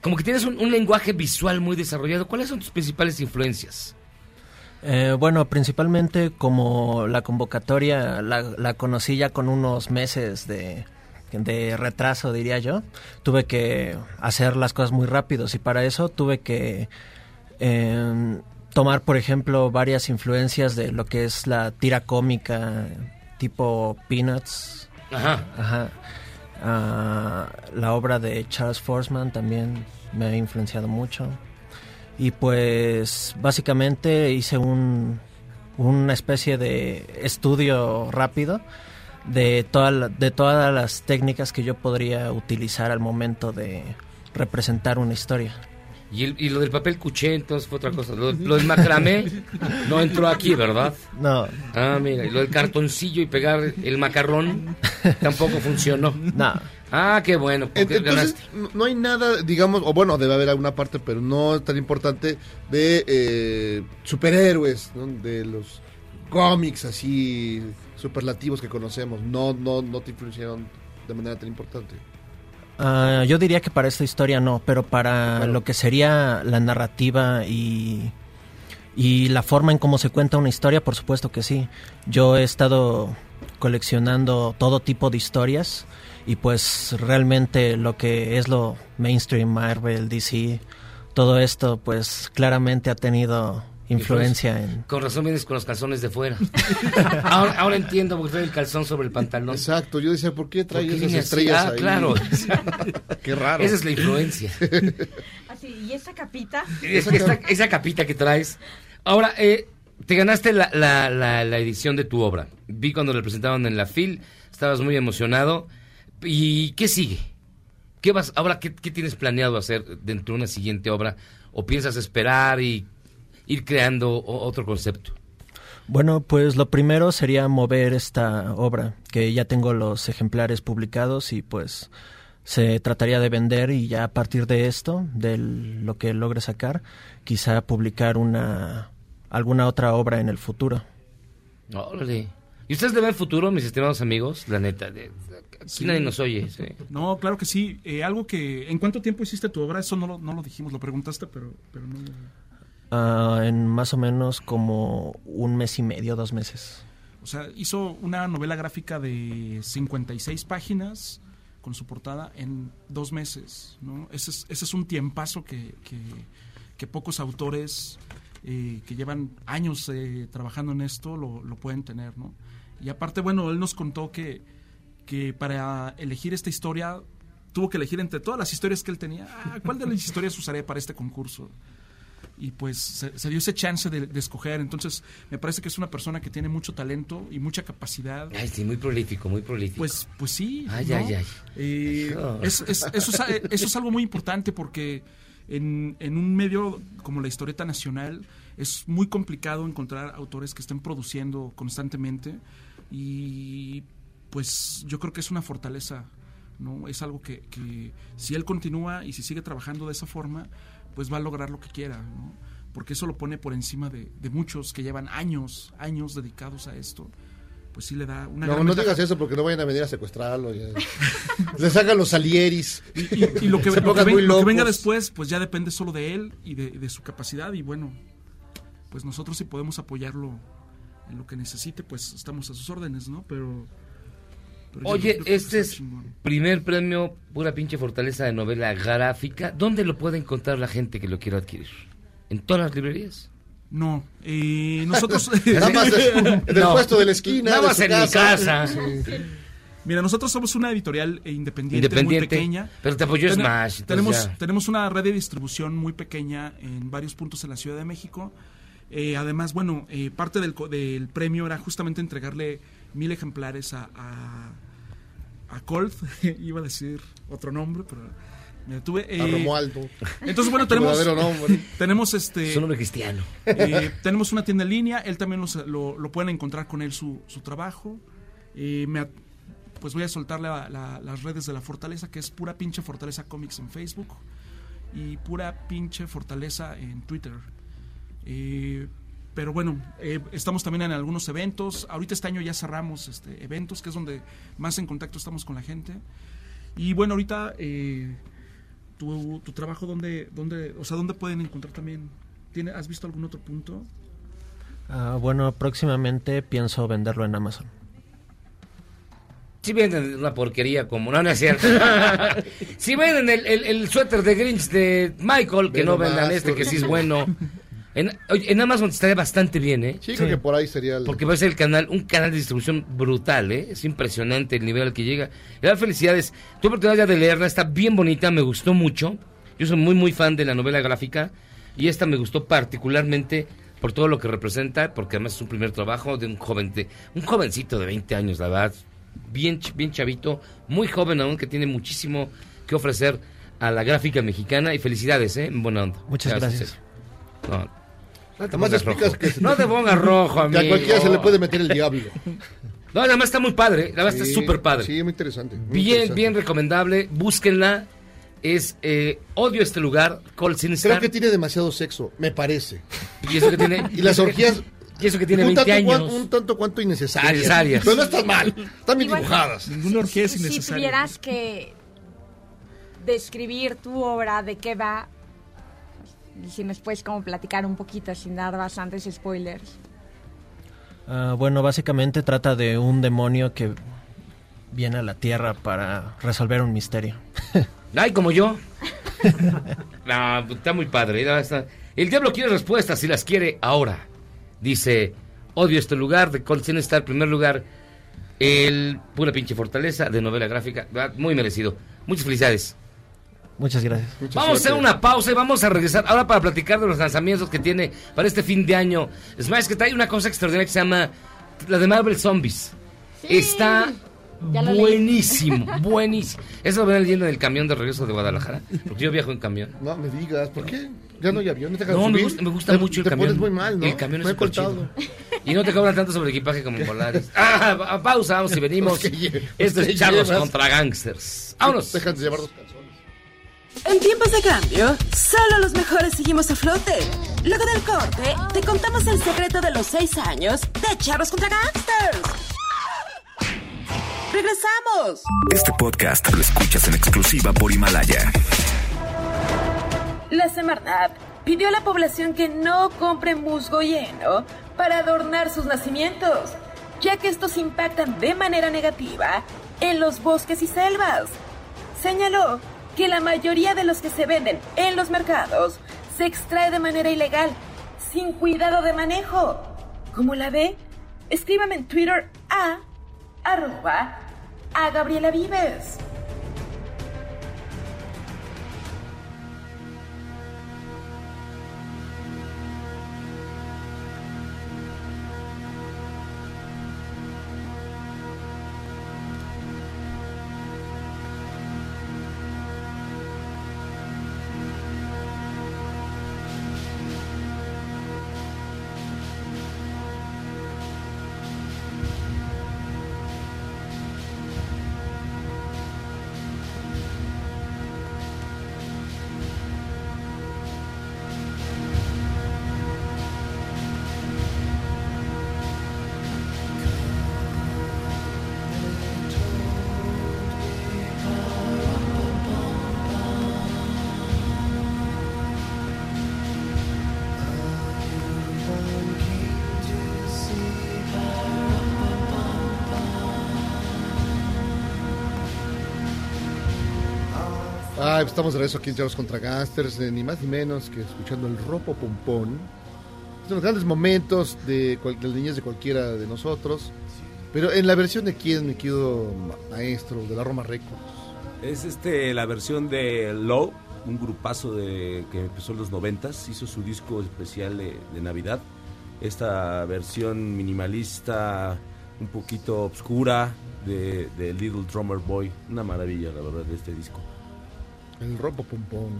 como que tienes un, un lenguaje visual muy desarrollado. ¿Cuáles son tus principales influencias? Eh, bueno, principalmente como la convocatoria la, la conocí ya con unos meses de, de retraso, diría yo, tuve que hacer las cosas muy rápidos y para eso tuve que eh, tomar, por ejemplo, varias influencias de lo que es la tira cómica tipo Peanuts. Ajá. Ajá. Ah, la obra de Charles Forsman también me ha influenciado mucho. Y pues básicamente hice un, una especie de estudio rápido de, toda la- de todas las técnicas que yo podría utilizar al momento de representar una historia. Y, el- y lo del papel cuché, entonces fue otra cosa. Lo, lo del macramé no entró aquí, ¿verdad? No. Ah, mira, y lo del cartoncillo y pegar el macarrón tampoco funcionó. No. Ah, qué bueno, porque Entonces, ganaste. no- no hay nada, digamos, o bueno, debe haber alguna parte, pero no tan importante, de eh, superhéroes, ¿no? de los cómics así superlativos que conocemos. No, no, no te influenciaron de manera tan importante. Ah, yo diría que para esta historia no, pero para lo que sería la narrativa y, y la forma en cómo se cuenta una historia, por supuesto que sí. Yo he estado coleccionando todo tipo de historias y pues realmente lo que es lo mainstream, Marvel, DC, todo esto pues claramente ha tenido influencia en... Con razón vienes con los calzones de fuera. ahora, ahora entiendo porque trae el calzón sobre el pantalón. Exacto, yo decía, ¿por qué trae ¿Por qué esas viene así? estrellas Ah, ahí? claro. qué raro. Esa es la influencia. Así, ¿y esa capita? Eh, Esa, esa capita que traes. Ahora, eh, te ganaste la, la- la- la edición de tu obra. Vi cuando la presentaron en la FIL, estabas muy emocionado. ¿Y qué sigue? ¿Qué vas, ahora, ¿qué, qué tienes planeado hacer dentro de una siguiente obra? ¿O piensas esperar y ir creando o- otro concepto? Bueno, pues lo primero sería mover esta obra, que ya tengo los ejemplares publicados y pues se trataría de vender y ya a partir de esto, de lo que logre sacar, quizá publicar una alguna otra obra en el futuro. Órale. ¿Y ustedes le ven futuro, mis estimados amigos? La neta, de- aquí Sí. nadie nos oye. sí. No, claro que sí. Eh, algo que. ¿En cuánto tiempo hiciste tu obra? Eso no lo, no lo dijimos, lo preguntaste, pero, pero no lo- Ah, en más o menos como un mes y medio, dos meses. O sea, hizo una novela gráfica de 56 páginas con su portada en dos meses, ¿no? Ese es, ese es un tiempazo que, que, que pocos autores eh, que llevan años eh, trabajando en esto lo, lo pueden tener, ¿no? Y aparte, bueno, él nos contó que, que para elegir esta historia tuvo que elegir entre todas las historias que él tenía, ah, ¿cuál de las historias usaré para este concurso? y pues se, se dio ese chance de, de escoger. Entonces, me parece que es una persona que tiene mucho talento y mucha capacidad. Ay, sí, muy prolífico, Ah, muy prolífico. Pues, pues sí. Ay, ¿no? ay, ay. Eh, Oh. es- es- eso, es, a- eso es algo muy importante porque en, en un medio como la historieta nacional es muy complicado encontrar autores que estén produciendo constantemente y pues yo creo que es una fortaleza, ¿no? Es algo que, que si él continúa y si sigue trabajando de esa forma, pues va a lograr lo que quiera, ¿no? Porque eso lo pone por encima de, de muchos que llevan años, años dedicados a esto. Pues sí le da una No, gran no ventaja. digas eso porque no vayan a venir a secuestrarlo. ya. Le sacan los salieris. Y lo Se que, lo que pongan ven- muy lo que locos. venga después, pues ya depende solo de él y de, de su capacidad. Y bueno, pues nosotros si podemos apoyarlo en lo que necesite, pues estamos a sus órdenes, ¿no? Pero... pero yo Oye, creo que este está es chingón. primer premio, pura pinche fortaleza de novela gráfica. ¿Dónde lo puede encontrar la gente que lo quiera adquirir? ¿En todas las librerías? No, eh, nosotros... Nada más en el No. puesto de la esquina, Nada de más su en mi casa. casa. Sí. Mira, nosotros somos una editorial eh, independiente, Independiente, muy pequeña. pero te apoyó Tene- Smash, entonces Tenemos, ya. tenemos una red de distribución muy pequeña en varios puntos en la Ciudad de México. Eh, además, bueno, eh, parte del, co- del premio era justamente entregarle mil ejemplares a, a, a Colt. Iba a decir otro nombre, pero me detuve. A Romualdo. eh, Entonces, bueno, Su tenemos. verdadero nombre. Tenemos este. Es un nombre cristiano. Eh, tenemos una tienda en línea. Él también los- lo, lo pueden encontrar con él su, su trabajo. Eh, me at- pues voy a soltar la- la- las redes de la Fortaleza, que es pura pinche Fortaleza Comics en Facebook y pura pinche Fortaleza en Twitter. Eh, pero bueno, eh, estamos también en algunos eventos. Ahorita este año ya cerramos este, eventos, que es donde más en contacto estamos con la gente. Y bueno, ahorita eh, tu, tu trabajo, ¿dónde, dónde, o sea, ¿dónde pueden encontrar también? ¿Tiene, ¿Has visto algún otro punto? Ah, bueno, próximamente pienso venderlo en Amazon. Si venden una porquería como... No, no es cierto. si venden el, el- el suéter de Grinch de Michael, que Ve no nomás, vendan este, que sí es por- bueno. En, oye, en Amazon estaría bastante bien, ¿eh? Sí, creo que por ahí sería el... Porque va a ser el canal, un canal de distribución brutal, ¿eh? Es impresionante el nivel al que llega. Le da felicidades. Tuve oportunidad ya de leerla, está bien bonita, me gustó mucho. Yo soy muy, muy fan de la novela gráfica y esta me gustó particularmente por todo lo que representa, porque además es un primer trabajo de un joven, de, un jovencito de 20 años, la verdad. bien, ch- bien chavito, muy joven aún, que tiene muchísimo que ofrecer a la gráfica mexicana. Y felicidades, ¿eh? Buena onda. Muchas gracias. Sergio. No, no te Nomás pongas explicas rojo. que se- No te pongas rojo, Que amigo. A cualquiera se le puede meter el diablo. No, nada más está muy padre, nada más Sí, está súper padre. Sí, muy interesante. muy Bien, interesante. bien recomendable, búsquenla. Es, eh, odio este lugar, Call Sin Creo Star. que tiene demasiado sexo, me parece. Y eso que tiene- Y las y eso que- orgías. y eso que tiene 20 tanto cuan- años. un tanto cuanto innecesarias. Innecesarias. Pero no están mal. Están bien Igual- dibujadas. Ninguna orgía es Si tuvieras que describir tu obra, de qué va, y si nos puedes como platicar un poquito sin dar bastantes spoilers. Ah, bueno, básicamente trata de un demonio que viene a la Tierra para resolver un misterio. Ay, como yo. No, está muy padre. no, está- El diablo quiere respuestas y las quiere ahora. Dice, odio este lugar, de Call Sin Star, primer lugar. El pura pinche fortaleza de novela gráfica. ¿verdad? Muy merecido. Muchas felicidades. Muchas gracias. vamos a hacer una pausa y vamos a regresar ahora para platicar de los lanzamientos que tiene para este fin de año. Smash que trae una cosa extraordinaria que se llama la de Marvel Zombies. Está Ya lo leí. buenísimo, buenísimo. Eso lo ven leyendo en el camión de regreso de Guadalajara. Porque yo viajo en camión. No me digas, ¿por qué? Ya no hay avión, no te dejan No, me subir. gusta, me gusta Te- mucho el te camión. pones muy mal, ¿no? El camión Me es he súper cortado. chido. Y no te cobran tanto sobre equipaje como en Polaris. Ah, pa- pausa, vamos y venimos. Los que lle- Esto los es que Charlos llevas. contra Gangsters. Vámonos. Dejan de llevar dos calzones. En tiempos de cambio, solo los mejores seguimos a flote. Luego del corte, te contamos el secreto de los seis años de Charros contra Gangsters. ¡Regresamos! Este podcast lo escuchas en exclusiva por Himalaya. La Semarnat pidió a la población que no compre musgo lleno para adornar sus nacimientos, ya que estos impactan de manera negativa en los bosques y selvas. Señaló que la mayoría de los que se venden en los mercados se extrae de manera ilegal, sin cuidado de manejo. ¿Cómo la ve? Escríbame en Twitter a arroba a Gabriela Vives. Ah, pues estamos de regreso aquí en Charlos contra Gangsters, eh, ni más ni menos que escuchando el ropo pompón. Es de los grandes momentos de, cual, de las niñas de cualquiera de nosotros. Pero en la versión de quién, mi querido ma- maestro, de la Roma Records. Es este la versión de Low, un grupazo de, que empezó en los noventas, hizo su disco especial de, de Navidad. Esta versión minimalista, un poquito obscura de, de Little Drummer Boy. Una maravilla, la verdad, de este disco. El ropo pompón.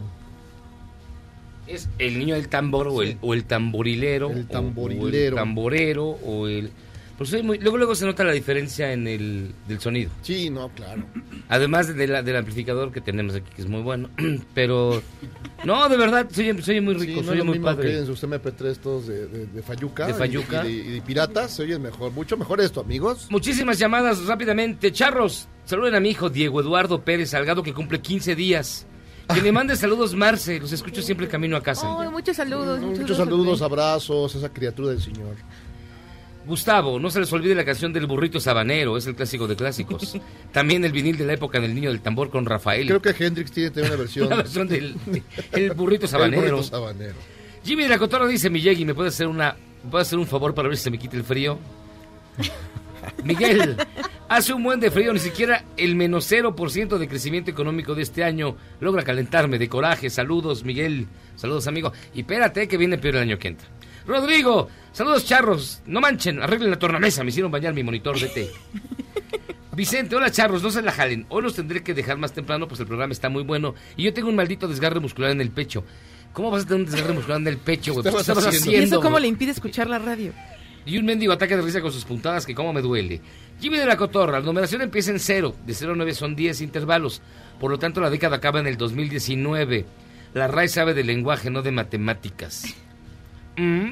Es el niño del tambor o, el, o el tamborilero. El o- O, el tamborilero. tamborero o el... Pues soy muy- Luego, luego se nota la diferencia en el del sonido. Sí, no, claro. Además de la- del amplificador que tenemos aquí, que es muy bueno. Pero... No, de verdad, soy, soy muy Sí, rico, no es soy lo muy mismo padre. que en sus MP3 todos de, de, de Fayuca. De y- Fayuca. Y, de, y de piratas, se oye mejor, mucho mejor esto, amigos. Muchísimas llamadas rápidamente. Charros, saluden a mi hijo Diego Eduardo Pérez Salgado que cumple 15 días. Que le mande saludos Marce, los escucho siempre camino a casa. Ay, muchos Mm, saludos. Muchos saludos, abrazos, esa criatura del señor. Gustavo, no se les olvide la canción del burrito sabanero, es el clásico de clásicos. También el vinil de la época del niño del tambor con Rafael. Creo que Hendrix tiene también una versión. La versión del el burrito sabanero. El burrito sabanero. Jimmy de la Cotorra dice, Miyagi, ¿me puede hacer una ¿me puede hacer un favor para ver si se me quita el frío? Miguel, hace un buen de frío, ni siquiera el menos 0% de crecimiento económico de este año logra calentarme de coraje. Saludos, Miguel. Saludos, amigo. Y espérate que viene peor el año que entra. Rodrigo, saludos, charros. No manchen, arreglen la tornamesa. Me hicieron bañar mi monitor de té. Vicente, hola charros, no se la jalen. Hoy los tendré que dejar más temprano, pues el programa está muy bueno. Y yo tengo un maldito desgarre muscular en el pecho. ¿Cómo vas a tener un desgarre muscular en el pecho, güey? Pues, ¿Qué estabas ¿Y haciendo? eso cómo güey? le impide escuchar la radio? Y un mendigo ataque de risa con sus puntadas que cómo me duele. Jimmy de la Cotorra, la numeración empieza en cero. De 0 a 9 son 10 intervalos. Por lo tanto, la década acaba en el 2019. La RAI sabe de lenguaje, no de matemáticas. Mm.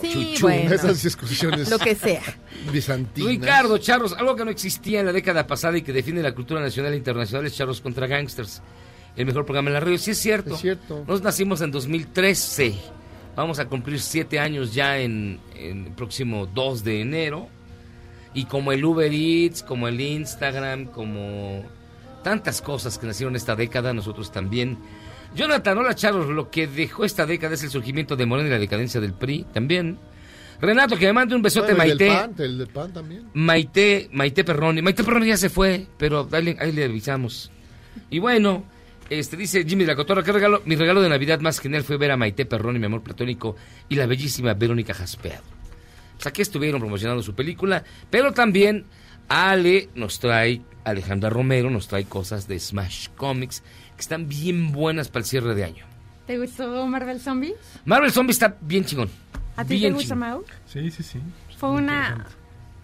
Sí, Chuchu, bueno. esas discusiones. Lo que sea. Ricardo, charros, algo que no existía en la década pasada y que define la cultura nacional e internacional es charros contra gangsters. El mejor programa en la radio, sí es cierto. Es cierto. Nos nacimos en 2013. Vamos a cumplir siete años ya en, en el próximo 2 de enero. Y como el Uber Eats, como el Instagram, como tantas cosas que nacieron esta década, nosotros también. Jonathan, hola Charlos, lo que dejó esta década es el surgimiento de Morena y la decadencia del PRI también. Renato, que me mande un besote, Bueno, El Maite. del PAN, el del PAN también. Maite, Maite Perroni. Maite Perroni ya se fue, pero dale- ahí le avisamos. Y bueno, este dice Jimmy de la Cotorra, ¿qué regalo? Mi regalo de Navidad más genial fue ver a Maite Perroni, mi amor platónico, y la bellísima Verónica Jaspeado. Pues aquí estuvieron promocionando su película, pero también Ale nos trae, Alejandra Romero nos trae cosas de Smash Comics que están bien buenas para el cierre de año. ¿Te gustó Marvel Zombie? Marvel Zombie está bien chingón. ¿A ti Bien te gusta, chingón. Mau? Sí, sí, sí. Fue una...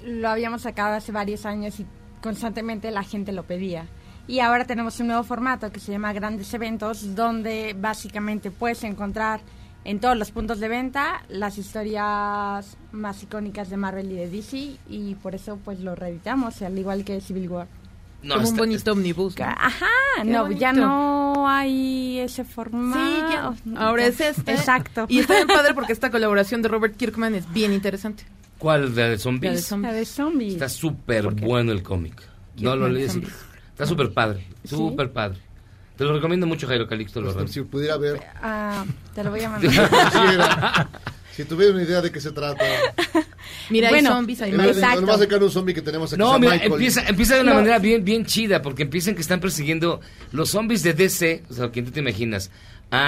Lo habíamos sacado hace varios años y constantemente la gente lo pedía. Y ahora tenemos un nuevo formato que se llama Grandes Eventos, donde básicamente puedes encontrar en todos los puntos de venta las historias más icónicas de Marvel y de DC y por eso pues lo reeditamos, al igual que Civil War. Como un bonito omnibus. Ajá, Qué no, ya bonito. no hay ese formato. Ahora es este. Exacto. Y está bien padre porque esta colaboración de Robert Kirkman es bien interesante. ¿Cuál? ¿La de zombies? de zombies. Está súper bueno el cómic. No lo mal lees. zombies. Está súper padre. Súper padre. Te lo recomiendo mucho, Jairo Calixto. Lo Si pudiera ver. Ah, te lo voy a Si mandar. quisiera. Si tuviera una idea de qué se trata. Mira, Bueno, hay zombies, hay Mira, malos. No va a sacar un zombie que tenemos aquí. No, se llama mira, pues, Michael. empieza, empieza de una manera bien, bien chida, porque empiezan que están persiguiendo los zombies de DC, o sea, quien tú te imaginas,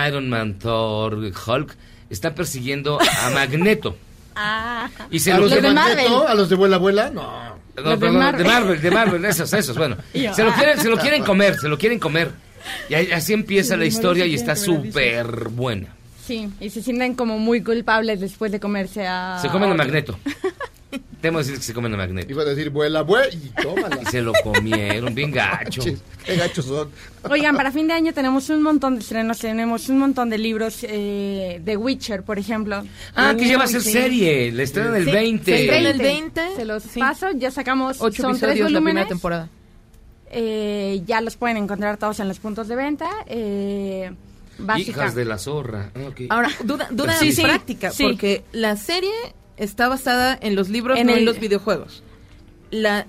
Iron Man, Thor, Hulk, están persiguiendo a Magneto. Ah. Y se ¿A los los de llevan- Magneto? ¿A los de Vuela Vuela? No. No, perdón, de Marvel, de Marvel, esos, esos, bueno. Y yo, Se lo, ah. quieren, se lo quieren comer, se lo quieren comer. Y ahí- así empieza Sí, la me historia y parece está que me la dices. súper buena. Sí, y se sienten como muy culpables después de comerse a... Se Ah, comen a Magneto. Tengo que decir que se comen a Magneto. Iba a decir Vuela Vuela y tómala. Y se lo comieron, bien gacho. Qué gachos son. Oigan, para fin de año tenemos un montón de estrenos, tenemos un montón de libros eh, de Witcher, por ejemplo. Ah, que ya va a Uy, ser sí. serie. La estrena el Sí, 20. se estrena el 20. Se los paso, ya sacamos Ocho son tres episodios la volúmenes. primera temporada. Eh, ya los pueden encontrar todos en los puntos de venta. Eh, básica. Hijas de la zorra. Ah, ok. Ahora, duda, duda Sí, sí. práctica, Ah, Sí. porque la serie está basada en los libros, En no en el- los videojuegos. La, En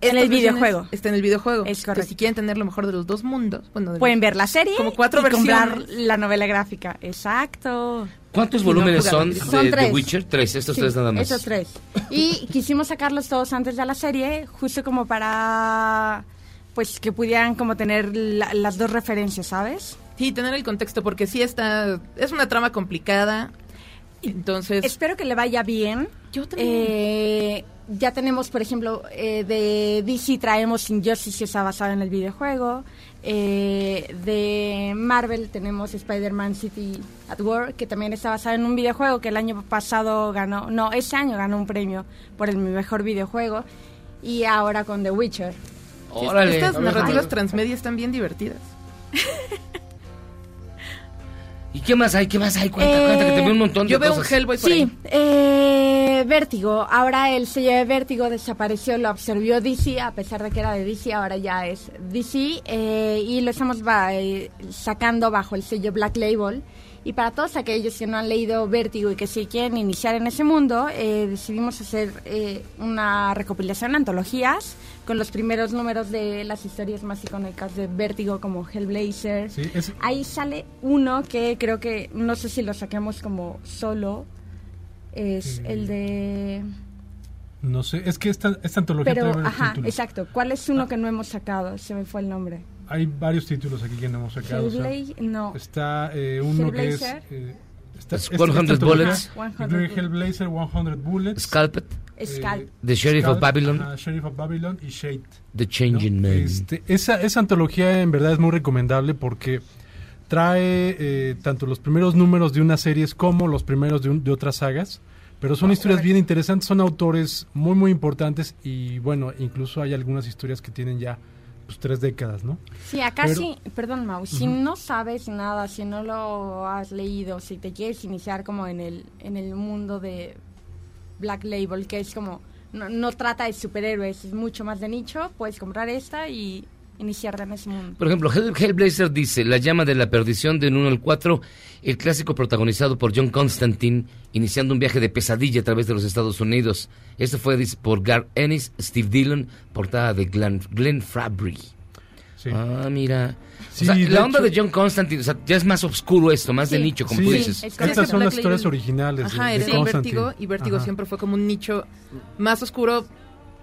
estas el videojuego. versiones Está en el videojuego. Es correcto. Si quieren tener lo mejor de los dos mundos, bueno, de Pueden los- ver la serie Como cuatro y comprar versiones. la novela gráfica. Exacto. ¿Cuántos Y no volúmenes son jugaron. de, Son de tres. Witcher? Tres, estos Sí, tres nada más. Esos tres. Y quisimos sacarlos todos antes de la serie, justo como para pues que pudieran como tener la- las dos referencias, ¿sabes? Sí, tener el contexto, porque sí está. Es una trama complicada. Entonces. Espero que le vaya bien. Yo Eh, ya tenemos, por ejemplo, eh, de DC traemos Injustice, que está basado en el videojuego. Eh, de Marvel tenemos Spider-Man City at War, que también está basado en un videojuego que el año pasado ganó, no, este año ganó un premio por el mejor videojuego. Y ahora con The Witcher. Órale. Estas A ver, narrativas Mario. transmedia están bien divertidas. ¿Y qué más hay? ¿Qué más hay? Cuenta, cuenta, que te veo un montón de cosas. Sí, eh, Vértigo. Ahora el sello de Vértigo desapareció, lo absorbió DC, a pesar de que era de DC, ahora ya es DC. eh, y lo estamos ba- eh, sacando bajo el sello Black Label. Y para todos aquellos que no han leído Vértigo y que sí quieren iniciar en ese mundo, eh, decidimos hacer eh, una recopilación, antologías, con los primeros números de las historias más icónicas de Vértigo, como Hellblazer, Sí, es- Ahí sale uno que creo que no sé si lo saquemos como solo. Es el de. No sé, es que esta, esta antología Pero, trae varios ajá, títulos. Ah. exacto. ¿Cuál es uno que no hemos sacado? Se me fue el nombre. Hay varios títulos aquí que no hemos sacado. o sea, Hellblade, no. Está eh, uno que es... Hellblazer. eh, está, Es esta 100 Bullets. antología incluye Hellblazer, 100 Bullets. eh, Scalped. Scalp. The Sheriff of Babylon. Ajá, Sheriff of Babylon y Shade. The Changing Man. Este, esa, esa antología en verdad es muy recomendable porque trae eh, tanto los primeros números de unas series como los primeros de, un- de otras sagas. Pero Ah, son historias bien interesantes, son autores muy, muy importantes y bueno, incluso hay algunas historias que tienen ya pues, tres décadas, ¿no? Sí, acá Pero- sí, perdón Mau, si Ujú. no sabes nada, si no lo has leído, si te quieres iniciar como en el, en el mundo de Black Label, que es como, no, no trata de superhéroes, es mucho más de nicho, puedes comprar esta y iniciarte en ese mundo. Por ejemplo, Hell- Hellblazer dice, La llama de la perdición del 1 al 4, el clásico protagonizado por John Constantine, iniciando un viaje de pesadilla a través de los Estados Unidos. Esto fue dice, por Gar Ennis, Steve Dillon, portada de Glenn, Glenn Fabry. Ah, mira. O Sí, sea, de la onda hecho- de John Constantine, o sea, ya es más oscuro esto, más de Sí. nicho, como Sí, tú dices. es Estas son Black las historias Label. originales de- Ajá, de era el Constantine. Vértigo y Vértigo Ajá. siempre fue como un nicho más oscuro,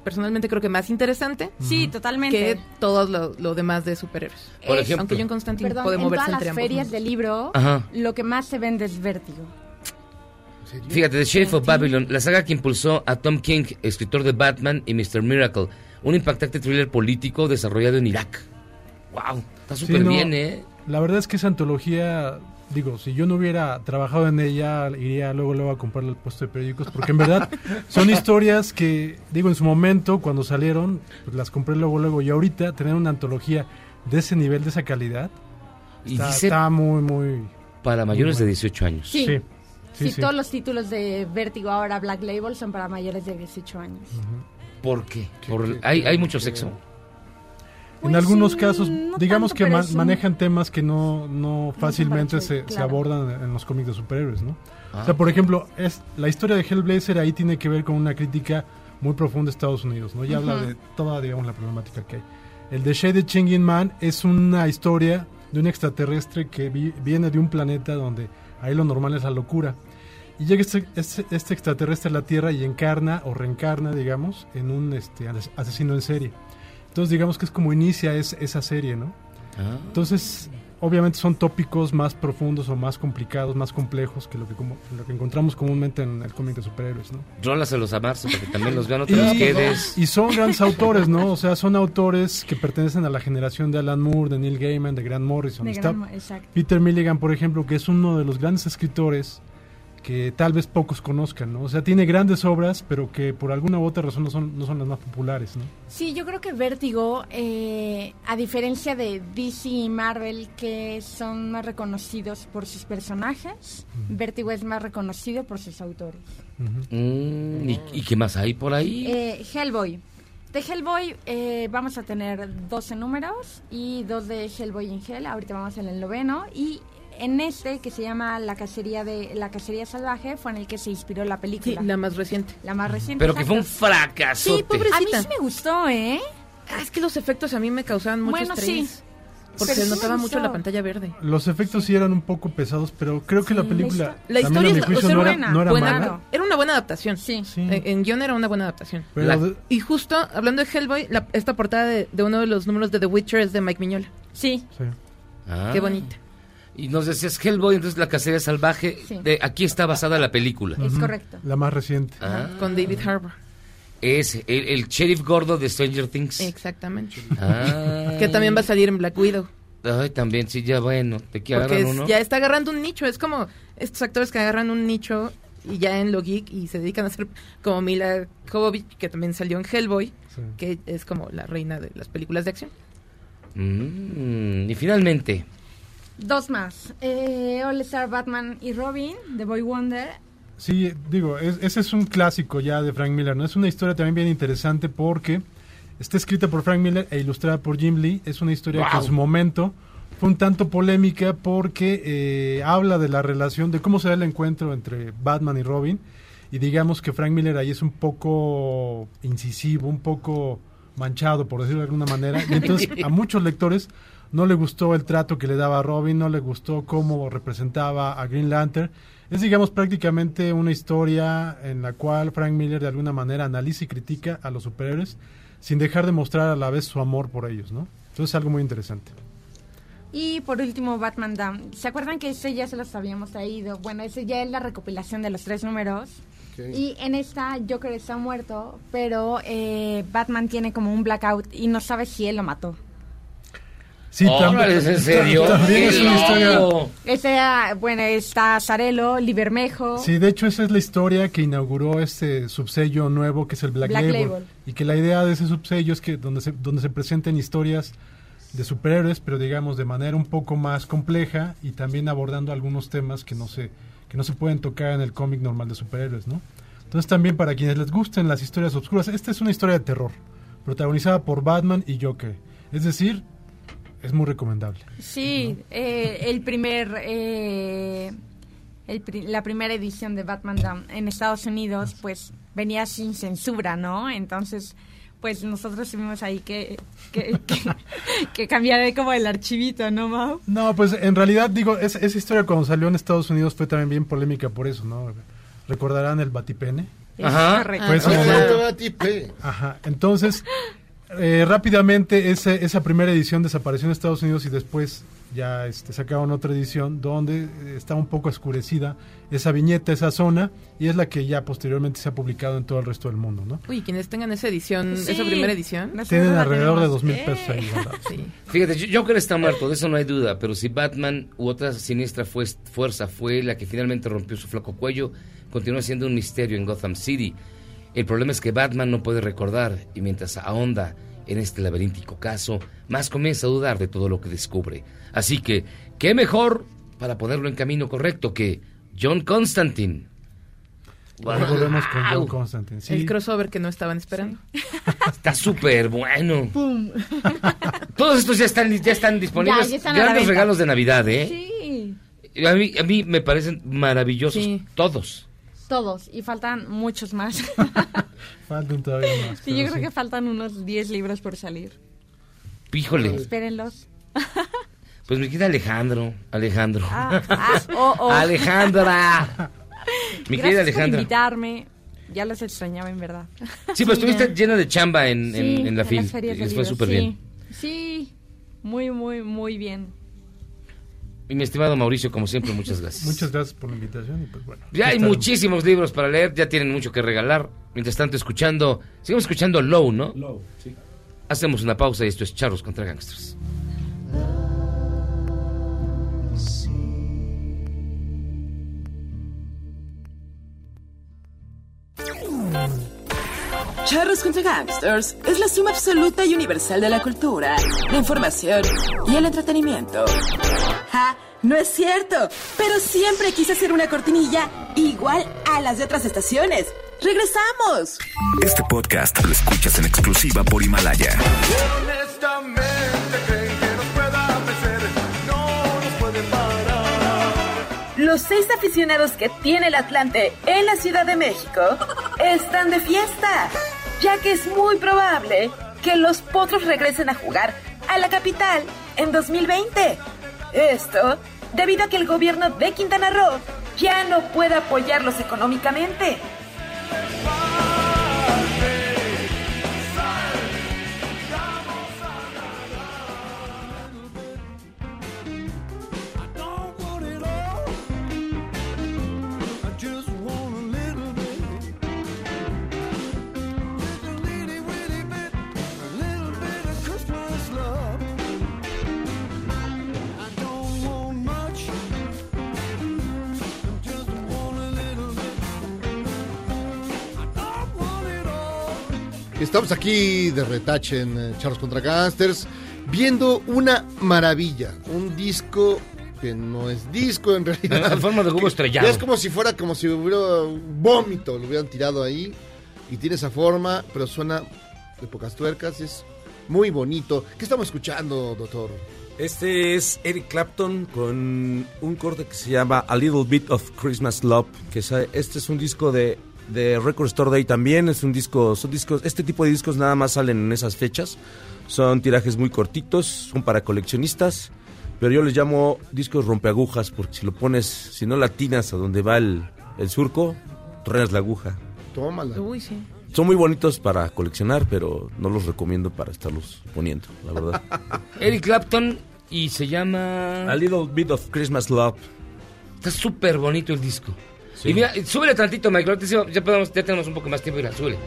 personalmente creo que más interesante. Sí, totalmente. Que todo lo, lo demás de superhéroes. Eh, Por ejemplo. Aunque John Constantine Perdón, puede en moverse todas entre las ambos. ferias de libro, Ajá. lo que más se vende es Vértigo. Fíjate, The Sheriff of Babylon, la saga que impulsó a Tom King, escritor de Batman y Mr. Miracle, un impactante thriller político desarrollado en Irak. ¡Wow! Está Sí, súper no, bien, ¿eh? La verdad es que esa antología, digo, si yo no hubiera trabajado en ella, iría luego luego a comprarle el puesto de periódicos, porque en verdad son historias que, digo, en su momento, cuando salieron, pues las compré luego luego, y ahorita tener una antología de ese nivel, de esa calidad, Y está, dice- está muy, muy... Para mayores de bueno. 18 años. Sí. Sí, Sí, todos los títulos de Vértigo ahora Black Label son para mayores de 18 años. ¿Por qué? Por- hay, hay mucho sexo. en algunos casos, digamos Pues, mm, tanto, que pero ma- es un- manejan temas que no, no fácilmente se, choice, se claro. abordan en los cómics de superhéroes, ¿no? Ah. O sea, por ejemplo, es la historia de Hellblazer ahí tiene que ver con una crítica muy profunda de Estados Unidos, ¿no? Ya habla Ujú. de toda, digamos, la problemática que hay. El de Shaded Changing Man es una historia de un extraterrestre que vi- viene de un planeta donde ahí lo normal es la locura. Y llega este, este- este extraterrestre a la Tierra y encarna o reencarna, digamos, en un este, ase- asesino en serie. Entonces digamos que es como inicia es- esa serie, ¿no? Ah. Entonces, obviamente son tópicos más profundos o más complicados, más complejos que lo que, como, lo que encontramos comúnmente en el cómic de superhéroes, ¿no? Rólaselos a Marzo para que también los vean, no te los quedes. y son grandes autores, ¿no? O sea, son autores que pertenecen a la generación de Alan Moore, de Neil Gaiman, de Grant Morrison. De Está Grant Mo- exacto. Peter Milligan, por ejemplo, que es uno de los grandes escritores que tal vez pocos conozcan, ¿no? O sea, tiene grandes obras, pero que por alguna u otra razón no son, no son las más populares, ¿no? Sí, yo creo que Vértigo, eh, a diferencia de DC y Marvel, que son más reconocidos por sus personajes, Vértigo es más reconocido por sus autores. Mm, ¿y, y qué más hay por ahí? Eh, Hellboy. De Hellboy eh, vamos a tener 12 números y dos de Hellboy en Hell. Ahorita vamos en el noveno. Y en este, que se llama La Cacería, de, la cacería Salvaje, fue en el que se inspiró la película. la más reciente. La más reciente. Pero que fue un exacto. fracasote. Sí, pobrecita. A mí sí me gustó, ¿eh? Ah, es que los efectos a mí me causaban mucho Bueno, estrés. sí. Porque Pero sí me notaba gustó. mucho la pantalla verde. Los efectos sí eran un poco pesados, pero creo que la Sí. película... Mm, La también a historia mi es o juicio, sea, no era- buena. no era buena, mala. Era una buena adaptación. Sí. En, en guión era una buena adaptación. Pero La- de- Y justo, hablando de Hellboy, la- esta portada de, de uno de los números de The Witcher es de Mike Mignola. Sí. Ah. Qué bonita. Y nos decías Hellboy, entonces la cacería salvaje. Sí. De, aquí está basada la película. Ujú. La más reciente. Ah, Con David Harbour. es el, el sheriff gordo de Stranger Things. Exactamente. Ah. Que también va a salir en Black Widow. Ay, también, sí, ya bueno, te quiero Porque es- uno. ya está agarrando un nicho. Es como estos actores que agarran un nicho y ya en lo geek y se dedican a hacer como Mila Jovovich, que también salió en Hellboy, que es como la reina de las películas de acción. Mm, y finalmente, Dos más. Eh, All Star Batman y Robin, The Boy Wonder. Sí, digo, es- ese es un clásico ya de Frank Miller, ¿no? Es una historia también bien interesante porque está escrita por Frank Miller e ilustrada por Jim Lee. Es una historia que en Wow. su momento fue un tanto polémica porque eh, habla de la relación, de cómo se da el encuentro entre Batman y Robin. Y digamos que Frank Miller ahí es un poco incisivo, un poco manchado, por decirlo de alguna manera. Y entonces a muchos lectores no le gustó el trato que le daba a Robin, no le gustó cómo representaba a Green Lantern. Es, digamos, prácticamente una historia en la cual Frank Miller de alguna manera analiza y critica a los superhéroes sin dejar de mostrar a la vez su amor por ellos, ¿no? Entonces es algo muy interesante. Y por último, Batman Down. ¿Se acuerdan que ese ya se los habíamos traído? Bueno, ese ya es la recopilación de los tres números. Y en esta Joker está muerto, pero eh, Batman tiene como un blackout y no sabe si él lo mató. Sí, tam- Órale, ¿es en serio? también es una ¡Qué historia. loco! Esta, ah, bueno, está Sarelo, Libermejo. Sí, de hecho esa es la historia que inauguró este subsello nuevo que es el Black, Black Label, Label. Y que la idea de ese subsello es que donde se, donde se presenten historias de superhéroes, pero digamos de manera un poco más compleja y también abordando algunos temas que no se, que no se pueden tocar en el cómic normal de superhéroes, ¿no? Entonces también para quienes les gusten las historias obscuras, esta es una historia de terror, protagonizada por Batman y Joker. Es decir, es muy recomendable. Sí, eh, el primer, eh, el pri- la primera edición de Batman Down en Estados Unidos, pues venía sin censura, ¿no? Entonces, pues nosotros tuvimos ahí que, que, que, que cambiar como el archivito, ¿no, Mau? No, pues en realidad digo, es- esa historia cuando salió en Estados Unidos fue también bien polémica por eso, ¿no? Recordarán el batipene. Es Ajá. correcto. Fue ese Ah, momento. el batipé. Ajá. Entonces, eh, rápidamente ese- esa primera edición desapareció en Estados Unidos y después ya este, sacaron otra edición donde eh, está un poco oscurecida esa viñeta, esa zona, y es la que ya posteriormente se ha publicado en todo el resto del mundo, ¿no? Uy, quienes tengan esa edición, Sí. esa primera edición. Tienen alrededor de dos mil pesos ahí. guardados. Fíjate, yo- Joker está muerto, de eso no hay duda, pero si Batman u otra siniestra fues- fuerza fue la que finalmente rompió su flaco cuello, continúa siendo un misterio en Gotham City. El problema es que Batman no puede recordar y mientras ahonda en este laberíntico caso, más comienza a dudar de todo lo que descubre. Así que, ¿qué mejor para ponerlo en camino correcto que John Constantine? Ahora volvemos con John ¡Wow! Constantine. Sí. El crossover que no estaban esperando. Está súper bueno. ¡Pum! Todos estos ya están, ya están disponibles. Ya, ya están a la Grandes venta. regalos de Navidad, ¿eh? Sí, A mí, a mí me parecen maravillosos todos. todos. Y faltan muchos más. Faltan todavía más. Sí, yo creo que faltan unos 10 libros por salir. Híjole. Espérenlos. Pues mi querida Alejandro. Alejandro. Ah, ah, oh, oh. Alejandra. Mi querida Gracias por Alejandra. invitarme. Ya los extrañaba, en verdad. Sí, pues estuviste llena de chamba en, Sí, en- en la en fil. las ferias de Les fue libros, súper sí. bien. Sí, muy, muy, muy bien. Y mi estimado Mauricio, como siempre, muchas gracias. Muchas gracias por la invitación y pues bueno. Ya hay Estaremos. muchísimos libros para leer, ya tienen mucho que regalar. Mientras tanto, escuchando, sigamos escuchando Low, ¿no? Low, sí. Hacemos una pausa y esto es Charros contra Gangsters. Charros contra Gangsters es la suma absoluta y universal de la cultura, la información y el entretenimiento. ¡Ja! Ah, No es cierto, pero siempre quise hacer una cortinilla igual a las de otras estaciones. ¡Regresamos! Este podcast lo escuchas en exclusiva por Himalaya. Honestamente creen que nos pueda vencer, no nos pueden parar. Los seis aficionados que tiene el Atlante en la Ciudad de México están de fiesta, ya que es muy probable que los potros regresen a jugar a la capital en 2020. Esto debido a que el gobierno de Quintana Roo ya no puede apoyarlos económicamente. I just want a little bit, just a little, little bit, a little bit of Christmas love. I don't want much, I just want a little bit. I don't want it all. Estamos aquí de retache en eh, Charlos contra Gangsters viendo una maravilla, un disco que no es disco en realidad. En forma de cubo estrellado. Ya Es como si fuera como si hubiera un vómito, lo hubieran tirado ahí y tiene esa forma, pero suena de pocas tuercas, es muy bonito. ¿Qué estamos escuchando, doctor? Este es Eric Clapton con un corte que se llama A Little Bit of Christmas Love. Que es- este es un disco de, de Record Store Day también. Es un disco, son discos, este tipo de discos nada más salen en esas fechas. Son tirajes muy cortitos, son para coleccionistas. Pero yo les llamo discos rompeagujas porque si lo pones, si no latinas a donde va el, el surco, traes la aguja. Tómala. Uy, sí. Son muy bonitos para coleccionar, pero no los recomiendo para estarlos poniendo, la verdad. Eric Clapton y se llama A Little Bit of Christmas Love. Está súper bonito el disco. Y mira, y súbele tantito, Michael. ahorita sí, Ya, podemos- ya tenemos un poco más tiempo y la súbele.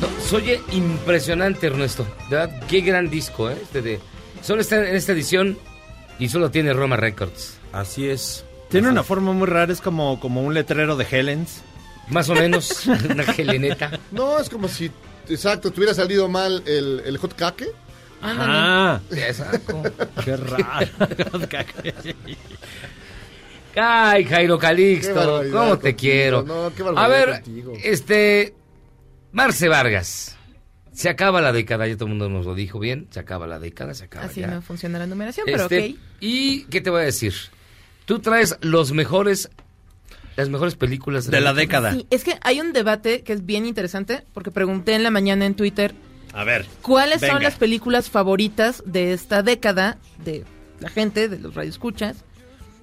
No, se oye impresionante, Ernesto. De verdad, qué gran disco, ¿eh? Este de- solo está en esta edición y solo tiene Roma Records. Así es. Tiene una forma muy rara, es como, como un letrero de Helens. Más o menos, una Heleneta. No, es como si, exacto, te hubiera salido mal el, el hot cake. Ah, exacto. Qué raro. Ay, Jairo Qué Calixto, barbaridad ¿cómo te contigo, quiero? no, qué A barbaridad ver, contigo. este. Marce Vargas. Se acaba la década, ya todo el mundo nos lo dijo bien. Se acaba la década, se acaba Así ya. no funciona la numeración, pero Este, ok. ¿Y qué te voy a decir? Tú traes los mejores, las mejores películas De la década. Sí, es que hay un debate que es bien interesante porque pregunté en la mañana en Twitter A ver. cuáles son venga. las películas favoritas de esta década de la gente, de los radioescuchas,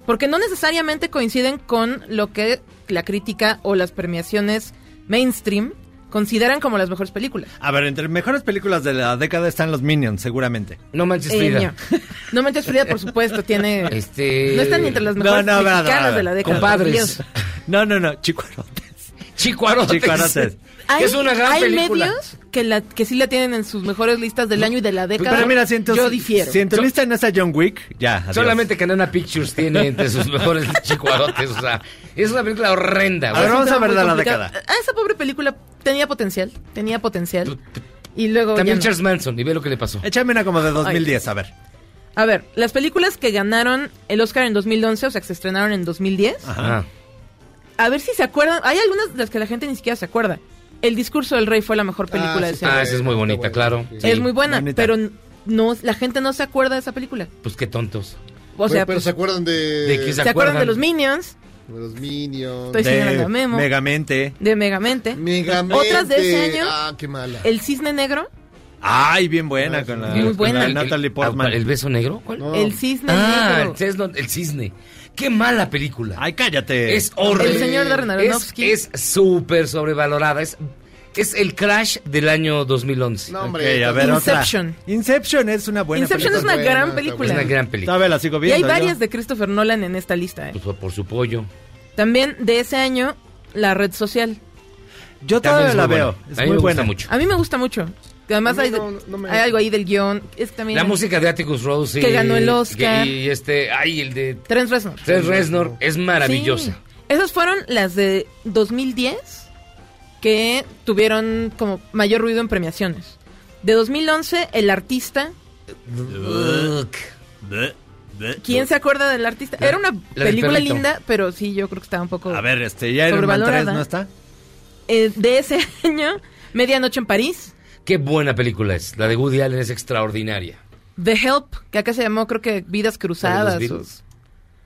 porque no necesariamente coinciden con lo que la crítica o las premiaciones mainstream consideran como las mejores películas. A ver, entre mejores películas de la década están los Minions, seguramente. No manches Eh, no. No manches Frida, por supuesto, tiene... Este... No están ni entre las mejores mexicanas de la década. Dios. No, no, no, chicuarotes. Chicuarotes. Chicuarotes. Hay, Es una gran hay película. medios que, la, que sí la tienen en sus mejores listas del año y de la década. Pero mira, si en tu, Yo difiero. si en tu lista no está John Wick, ya, adiós. Solamente Canana Pictures tiene entre sus mejores chicuarotes. O sea, es una película horrenda. A ver, güey. vamos a ver de la complicado. década. Ah, esa pobre película tenía potencial, tenía potencial. Y luego ya También no. Charles Manson, y ve lo que le pasó. Échame una como de 2010, a ver. A ver, las películas que ganaron el Oscar en 2011, o sea, que se estrenaron en 2010, Ajá. a ver si se acuerdan. Hay algunas de las que la gente ni siquiera se acuerda. El discurso del rey fue la mejor película de ese año. Ah, esa es muy bonita, claro. Es Sí. muy buena, pero n- no, la gente no se acuerda de esa película. Pues qué tontos. O sea, pero pues, se acuerdan de... ¿De qué se, acuerdan de los Minions, De los Minions. Estoy señalando a Memo. Megamente. de Megamente. Otras de ese año, Ah, qué mala. El Cisne Negro, Ay, bien buena con la, Muy con buena. la El- Natalie Portman. ¿El, beso negro? ¿Cuál? Oh. El Cisne Ah, Negro. el cisne- el cisne. Qué mala película. Ay, cállate. Es horrible. El señor Darren Es- Aronofsky. Es súper sobrevalorada. Es, es el crash del año 2011. No, hombre, Ok, a ver, otra. Inception. Inception es una buena Inception es película. una gran película. Es una gran película. Todavía la sigo y hay viendo. yo. varias de Christopher Nolan en esta lista. eh. Pues, por su pollo. También de ese año, La Red Social. Yo También todavía es la muy veo. buena. Es A mí muy me gusta buena. mucho. A mí me gusta mucho. Que Además A mí hay, de- no- no me- hay algo ahí del guión. Es que también La música de Atticus Rose. sí. Que ganó el Oscar. Que- Y este, ay, el de Trent Reznor. Tres Reznor es maravillosa. Sí. Esas fueron las de 2010 que tuvieron como mayor ruido en premiaciones. De 2011, El Artista. ¿Quién se acuerda del Artista? La- Era una la del película perrito. linda, pero sí, yo creo que estaba un poco... A ver, este, ya Iron Man 3 Sobrevalorada. no está. Eh, de ese año, Medianoche en París. Qué buena película es. La de Woody Allen es extraordinaria. The Help, que acá se llamó, creo que Vidas La de los Cruzadas. o- Beatles.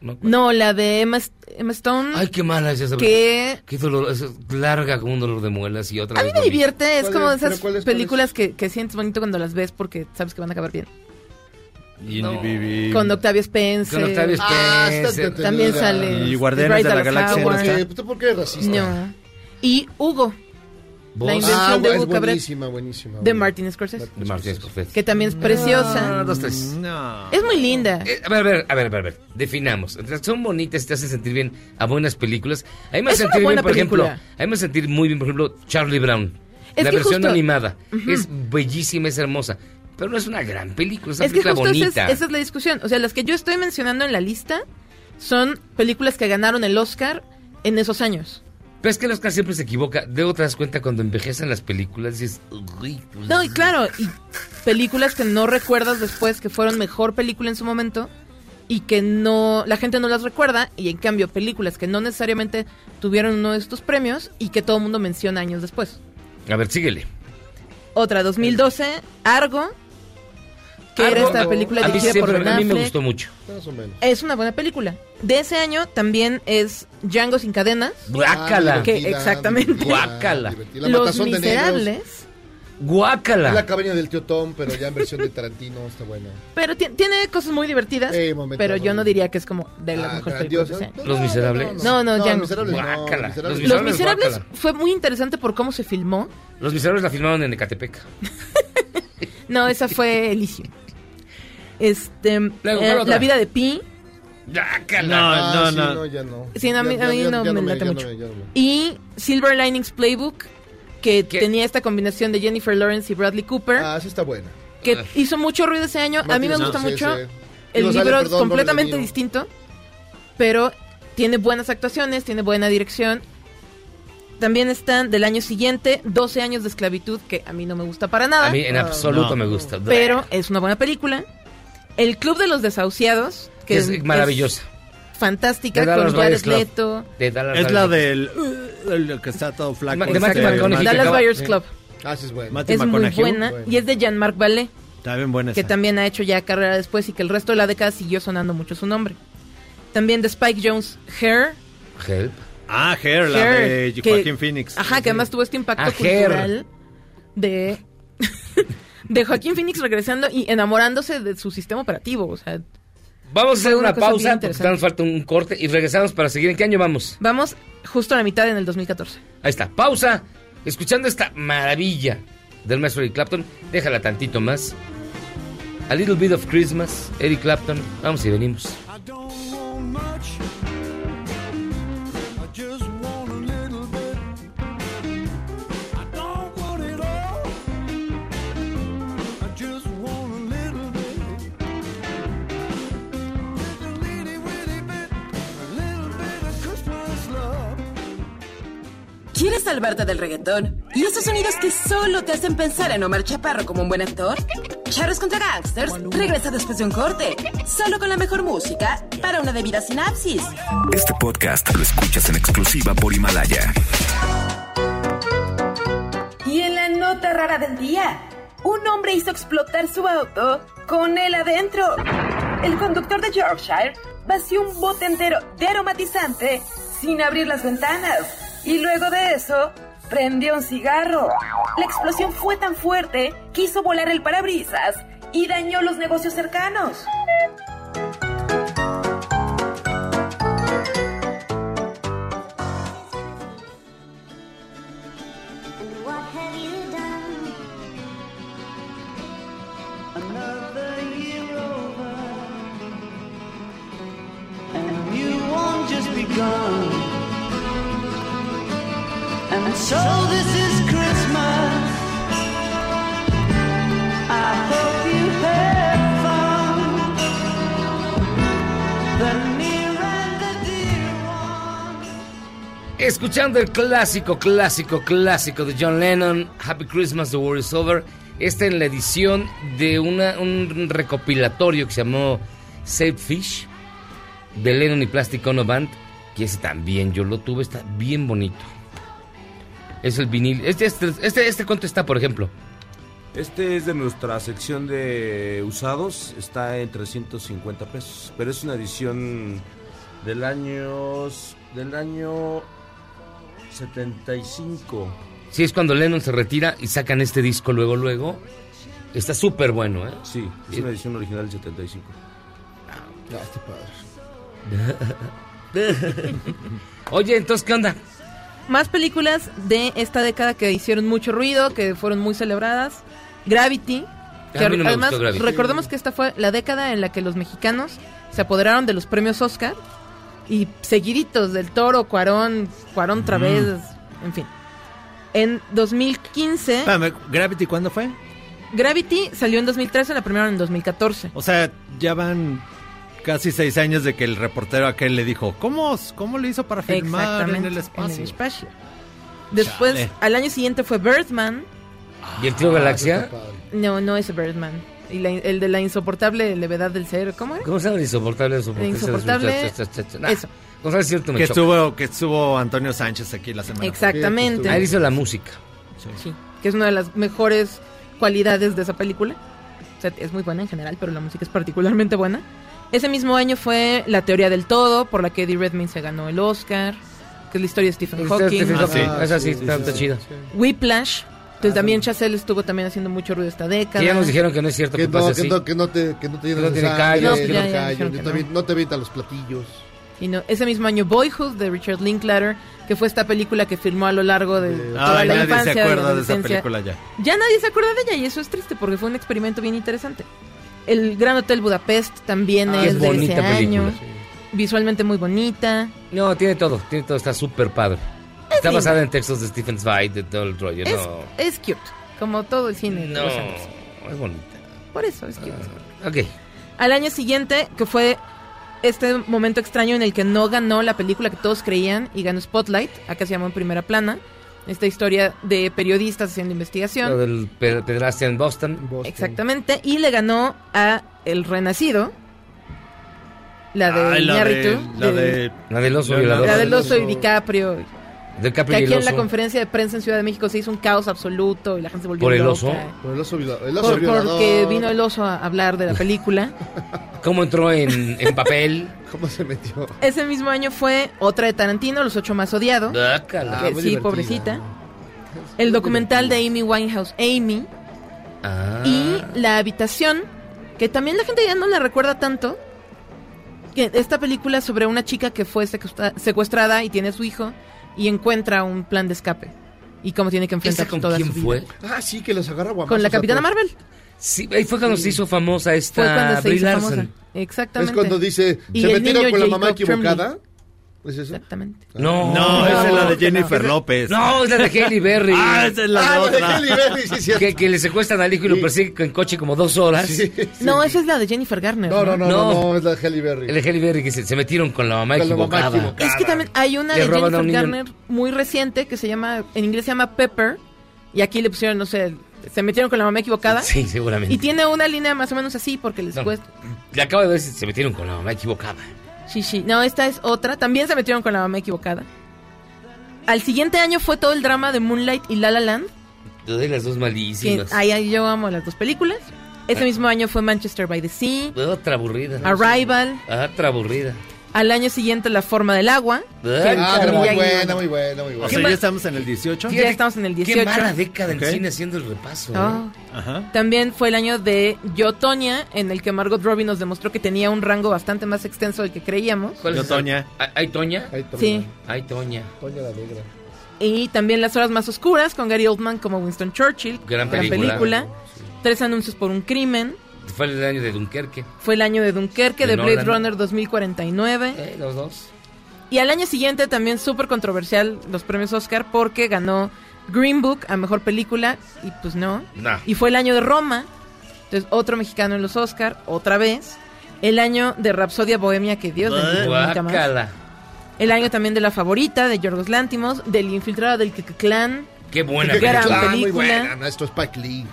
No, No, la de Emma, Emma Stone. Ay, qué mala es esa Que- Qué dolor, es larga con un dolor de muelas y otra A mí vez me lo vi. divierte, es ¿Cuál como es? esas ¿Pero cuál es? ¿Cuál películas que, que sientes bonito cuando las ves porque sabes que van a acabar bien. Indivisible. Con Octavia Spencer. Con Octavia Spencer. Ah, está entretenida. También sale. Y Guardianes Bridal de la of Galaxia, ¿no Hour. está? Eh, ¿Tú por qué eres racista? No. Y Hugo, La invención Ah, de es Hugo Cabret. buenísima, buenísima. de Martin Scorsese. De Martin Scorsese. Que también es preciosa. Uno, dos, tres. Mm. Es muy linda. Eh, a ver, a ver, a ver, a ver, a ver. Definamos. Entonces, Son bonitas, te hacen sentir bien a buenas películas. A mí me Es hace una sentir bien, buena por ejemplo. película. A mí me hace sentir muy bien, por ejemplo, Charlie Brown. Es la que versión justo- animada. Ujú. Es bellísima, es hermosa. Pero no es una gran película, es una Es que película justo esa es, bonita. esa es la discusión. O sea, las que yo estoy mencionando en la lista son películas que ganaron el Oscar en esos años. Pero es que el Oscar siempre se equivoca. Luego te das cuenta cuando envejecen las películas y es. pues, No, y claro, y películas que no recuerdas después que fueron mejor película en su momento y que no la gente no las recuerda y en cambio películas que no necesariamente tuvieron uno de estos premios y que todo el mundo menciona años después. A ver, síguele. Otra 2012, Argo, que era Argo, esta película a mí dirigida por siempre- Ben A mí me Affleck. gustó mucho. Más o menos. Es una buena película. De ese año también es Django sin cadenas. Guácala. Que exactamente. Guácala. Y la Los matazón de negros. Miserables. Guácala. Es la cabaña del tío Tom, pero ya en versión de Tarantino, está buena. Pero ti- tiene cosas muy divertidas, Eh, momentos, pero yo no momentos. diría que es como de las Ah, mejores grandioso. películas de ese año. Los Miserables. No, no, ya Los no. Miserables no, Guácala. Los Los Miserables. Los Miserables, Miserables Pues guácala. fue muy interesante por cómo se filmó. Los Miserables la filmaron en Ecatepec. No, esa fue Elysium. Este, Luego, eh, ¿cuál otra? la vida de Pi. Ah, no, sí, no. ya no. Sí, no, a mí, Ya- a mí ya- no ya me late ya mucho. no me- ya no me- Y Silver Linings Playbook, que tenía esta combinación de Jennifer Lawrence y Bradley Cooper. Ah, esa está buena. Que Ah. hizo mucho ruido ese año. a mí me Martin gusta Scorsese. mucho. El Digo, libro es sale, perdón, completamente Robert De Niro. distinto, pero tiene buenas actuaciones, tiene buena dirección. También están del año siguiente, 12 años de esclavitud, que a mí no me gusta para nada. Ah. A mí en absoluto me gusta. Pero es una buena película. El Club de los Desahuciados, que es, maravillosa. es fantástica, De Dallas con Jared Buyers Club. Leto. De Dallas Es la Buyers. del. uh, el que está todo flaco. Ma- de Matthew este, McConaughey, Matthew- que Dallas acaba- Buyers Sí. Club. Ah, sí es buena. Matthew Es muy McConaughey. buena. Y es de Jean-Marc Vallée, Está bien buena que esa. también ha hecho ya carrera después y que el resto de la década siguió sonando mucho su nombre. También de Spike Jones, Hair. Help. Ah, Hair, la Hair, de que- Joaquín Phoenix. Ajá, que además tuvo este impacto Ah, Hair. cultural de, de Joaquín Phoenix regresando y enamorándose de su sistema operativo. O sea, Vamos a hacer Una una cosa bien pausa porque interesante. nos falta un corte y regresamos para seguir. ¿En qué año vamos? vamos justo a la mitad en el 2014. Ahí está, pausa. Escuchando esta maravilla del maestro Eric Clapton, déjala tantito más. A Little Bit of Christmas, Eric Clapton. Vamos y venimos. I don't want much. I just want a little bit. I don't want it all. I just want a little bit. Just a little, little bit. A little bit of Christmas love. ¿Quieres salvarte del reggaetón? ¿Y esos sonidos que solo te hacen pensar en Omar Chaparro como un buen actor? Charros contra Gangsters regresa después de un corte, solo con la mejor música para una debida sinapsis. Este podcast lo escuchas en exclusiva por Himalaya. Y en la nota rara del día, un hombre hizo explotar su auto con él adentro. El conductor de Yorkshire vació un bote entero de aromatizante sin abrir las ventanas y luego de eso prendió un cigarro. La explosión fue tan fuerte que hizo volar el parabrisas y dañó los negocios cercanos. What have you done? Another year over, and you won't just be gone. And so this is Christmas. I hope you have fun. The near and the dear one. Escuchando el clásico, clásico, clásico de John Lennon, Happy Christmas, The War is Over. Esta en la edición de una- un recopilatorio que se llamó Save Fish de Lennon y Plastic Ono Band. Que ese también yo lo tuve, está bien bonito. Es el vinil. Este, este, este, este cuánto está, por ejemplo. Este es de nuestra sección de usados, está en 350 pesos, pero es una edición del año del año 75. Sí, es cuando Lennon se retira y sacan este disco luego, luego. Está súper bueno, ¿eh? Sí, es una edición original del 75. Ah, está padre. Oye, entonces, ¿qué onda? Más películas de esta década que hicieron mucho ruido, que fueron muy celebradas. Gravity. Que A mí no me además, gustó Gravity. recordemos que esta fue la década en la que los mexicanos se apoderaron de los premios Oscar y seguiditos del Toro, Cuarón, Cuarón Mm. Través, en fin. En 2015, Espérame, ¿Gravity cuándo fue? Gravity salió en 2013, la primera en 2014. O sea, ya van casi seis años de que el reportero aquel le dijo, ¿cómo, cómo le hizo para filmar en Exactamente, el espacio? espacio. Después, Chale. al año siguiente fue Birdman. ¿Y el Club Galaxia? No, no es Birdman. Y la- el de la insoportable levedad del ser, ¿cómo era? ¿Cómo se llama el insoportable? El insoportable, eso. No sabes si cierto me que choca. estuvo, que estuvo Antonio Sánchez aquí la semana. Exactamente. Ahí hizo la música. Sí, que es una de las mejores cualidades de esa película. O sea, es muy buena en general, pero la música es particularmente buena. Ese mismo año fue La teoría del todo, por la que Eddie Redmayne se ganó el Oscar, que es la historia de Stephen Este- Hawking. este- este- Esa sí, está está chida. Whiplash, Entonces también Chazelle estuvo también haciendo mucho ruido esta década. Que ya nos dijeron que no es cierto Que que, no, pase que así. no, que no te, que no te llenas no de tiene sangre, callos, que que no, no- ya, ya dijeron callos, que no te no. avi- no te avienta los platillos. Y no, ese mismo año Boyhood de Richard Linklater, que fue esta película que filmó a lo largo de toda Ay, la nadie se infancia, acuerda la de esa adolescencia. película ya. Ya nadie se acuerda de ella y eso es triste porque fue un experimento bien interesante. El Gran Hotel Budapest también Ah, es, es de ese bonita película, año. sí. Visualmente muy bonita. No, tiene todo, tiene todo, está súper padre. Es está linda. basada en textos de Stephen Zweig, de todo el rollo, Es, no. es cute, como todo el cine. de No, Ah. los años. es bonita. Por eso es cute. Ok, Al año siguiente, que fue este momento extraño en el que no ganó la película que todos creían y ganó Spotlight, acá se llamó en primera plana. Esta historia de periodistas haciendo investigación. lo del pe- pederastia en Boston. Exactamente. Y le ganó a El Renacido. La de Ay, la de- Iñárritu, la de- La del oso violador. La del oso y DiCaprio. De Que Capri y aquí el en la oso. conferencia de prensa en Ciudad de México se hizo un caos absoluto y la gente se volvió ¿Por el loca. oso? Por el oso violador. El oso Por- violador. porque vino el oso a hablar de la película. ¿Cómo entró en, en papel? ¿Cómo se metió? Ese mismo año fue otra de Tarantino, Los Ocho Más Odiados. Bácala. Que Ah, muy sí, divertida. pobrecita. El documental de Amy Winehouse, Amy. Ah. Y La Habitación, que también la gente ya no la recuerda tanto. Que esta película sobre una chica que fue secuestra- secuestrada y tiene a su hijo y encuentra un plan de escape. Y cómo tiene que enfrentar ¿Esa con toda quién su vida. fue? Ah, sí, que los agarra guapos. Con la Capitana Marvel. Sí, ahí fue cuando Sí. se hizo famosa esta Fue cuando se Ah, Brie hizo Larson. famosa. Exactamente. Es cuando dice, Y se el metieron niño con la mamá Jacob Tremblay. equivocada. ¿Es eso? Exactamente. No, No, esa es la de Jennifer López. No, es la de Haley Berry. Ah, esa es la Ah, la de otra. Halle Berry, sí, cierto. que, que le secuestran al hijo y lo persiguen en coche como dos horas. No, esa es la de Jennifer Garner. No, No, no, no, es la de Halle Berry. El de Halle Berry que se, se metieron con la mamá Con la mamá equivocada. Es que también hay una Le de roban a Jennifer un niño. Garner muy reciente que se llama, en inglés se llama Pepper, y aquí le pusieron, no sé, se metieron con la mamá equivocada. Sí, seguramente. Y tiene una línea más o menos así porque les No. cuesta. Le acabo de ver si se metieron con la mamá equivocada. Sí, sí. No, esta es otra. También se metieron con la mamá equivocada. Al siguiente año fue todo el drama de Moonlight y La La Land. Te doy las dos Que, malísimas. ahí, ahí yo amo las dos películas. Ah. Ese mismo año fue Manchester by the Sea, Otra aburrida. Ah, Arrival. Otra aburrida. Al año siguiente La Forma del Agua. que Ah, Miyagi- pero muy Buena, muy buena, muy buena. O sea, ya estamos en el 18. Ya estamos en el 18. Qué mala década Ok. en cine haciendo el repaso. Ah. ¿eh? Ajá. También fue el año de Yo Tonya, en el que Margot Robbie nos demostró que tenía un rango bastante más extenso del que creíamos. ¿Cuál Yo, es esa? Toña. ¿Hay- ¿Hay Toña? Sí. Hay Toña. Toña la negra. Y también Las Horas Más Oscuras con Gary Oldman como Winston Churchill. Gran película. película. Tres anuncios por un crimen. Fue el año de Dunkerque. Fue el año de Dunkerque, De de, Blade Nolan. Runner 2049. Eh, los dos. Y al año siguiente también súper controversial los premios Oscar porque ganó Green Book a Mejor Película y pues no. Nah. Y fue el año de Roma. Entonces, otro mexicano en los Oscar, otra vez. El año de Rapsodia Bohemia, que Dios bendito, nunca más. Guácala. El año también de La Favorita, de Yorgos Lántimos, del Infiltrado del Clan. Qué buena Gran película. película. "Ah, Muy buena, no, esto es Spike Lee.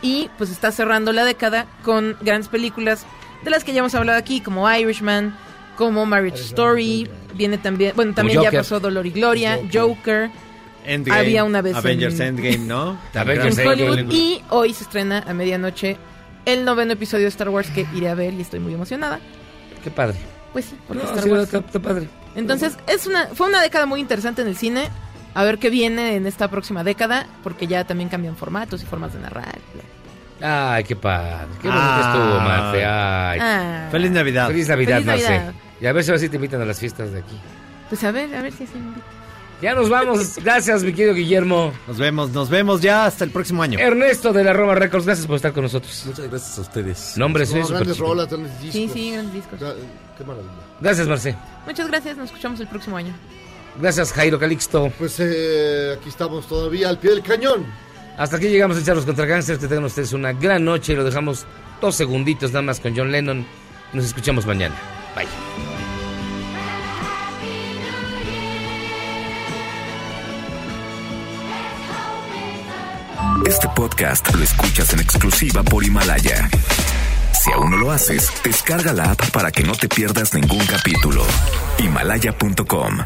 Y pues está cerrando la década con grandes películas de las que ya hemos hablado aquí, como Irishman, como Marriage Story. Viene también, bueno, también ya Joker. pasó Dolor y Gloria, Joker. Endgame, Había una vez Avengers en- Endgame, ¿no? Avengers en Hollywood. Y hoy se estrena a medianoche el noveno episodio de Star Wars que iré a ver y estoy muy emocionada. Qué padre. Pues sí, porque No, Star sí, Wars. está- está padre. Entonces, es una, fue una década muy interesante en el cine. A ver qué viene en esta próxima década, porque ya también cambian formatos y formas de narrar. Ay, qué padre. Qué bonito Ah. estuvo, Marce. Ay. Ah. Feliz Navidad. Feliz Navidad, Feliz Marce. Navidad. Y a ver si ahora sí te invitan a las fiestas de aquí. Pues a ver, a ver si se invita. Ya nos vamos. Gracias, mi querido Guillermo. Nos vemos, nos vemos ya hasta el próximo año. Ernesto de la Roma Records, gracias por estar con nosotros. Muchas gracias a ustedes. Nombres, No, no, grandes rolas, grandes discos. Sí, sí, grandes discos. Gra- Qué maravilla. Gracias, Marce. Muchas gracias, nos escuchamos el próximo año. Gracias, Jairo Calixto. Pues eh, aquí estamos todavía al pie del cañón. Hasta aquí llegamos a Charlos contra Gangsters. Que tengan ustedes una gran noche y lo dejamos dos segunditos nada más con John Lennon. Nos escuchamos mañana. Bye. Este podcast lo escuchas en exclusiva por Himalaya. Si aún no lo haces, descarga la app para que no te pierdas ningún capítulo. Himalaya.com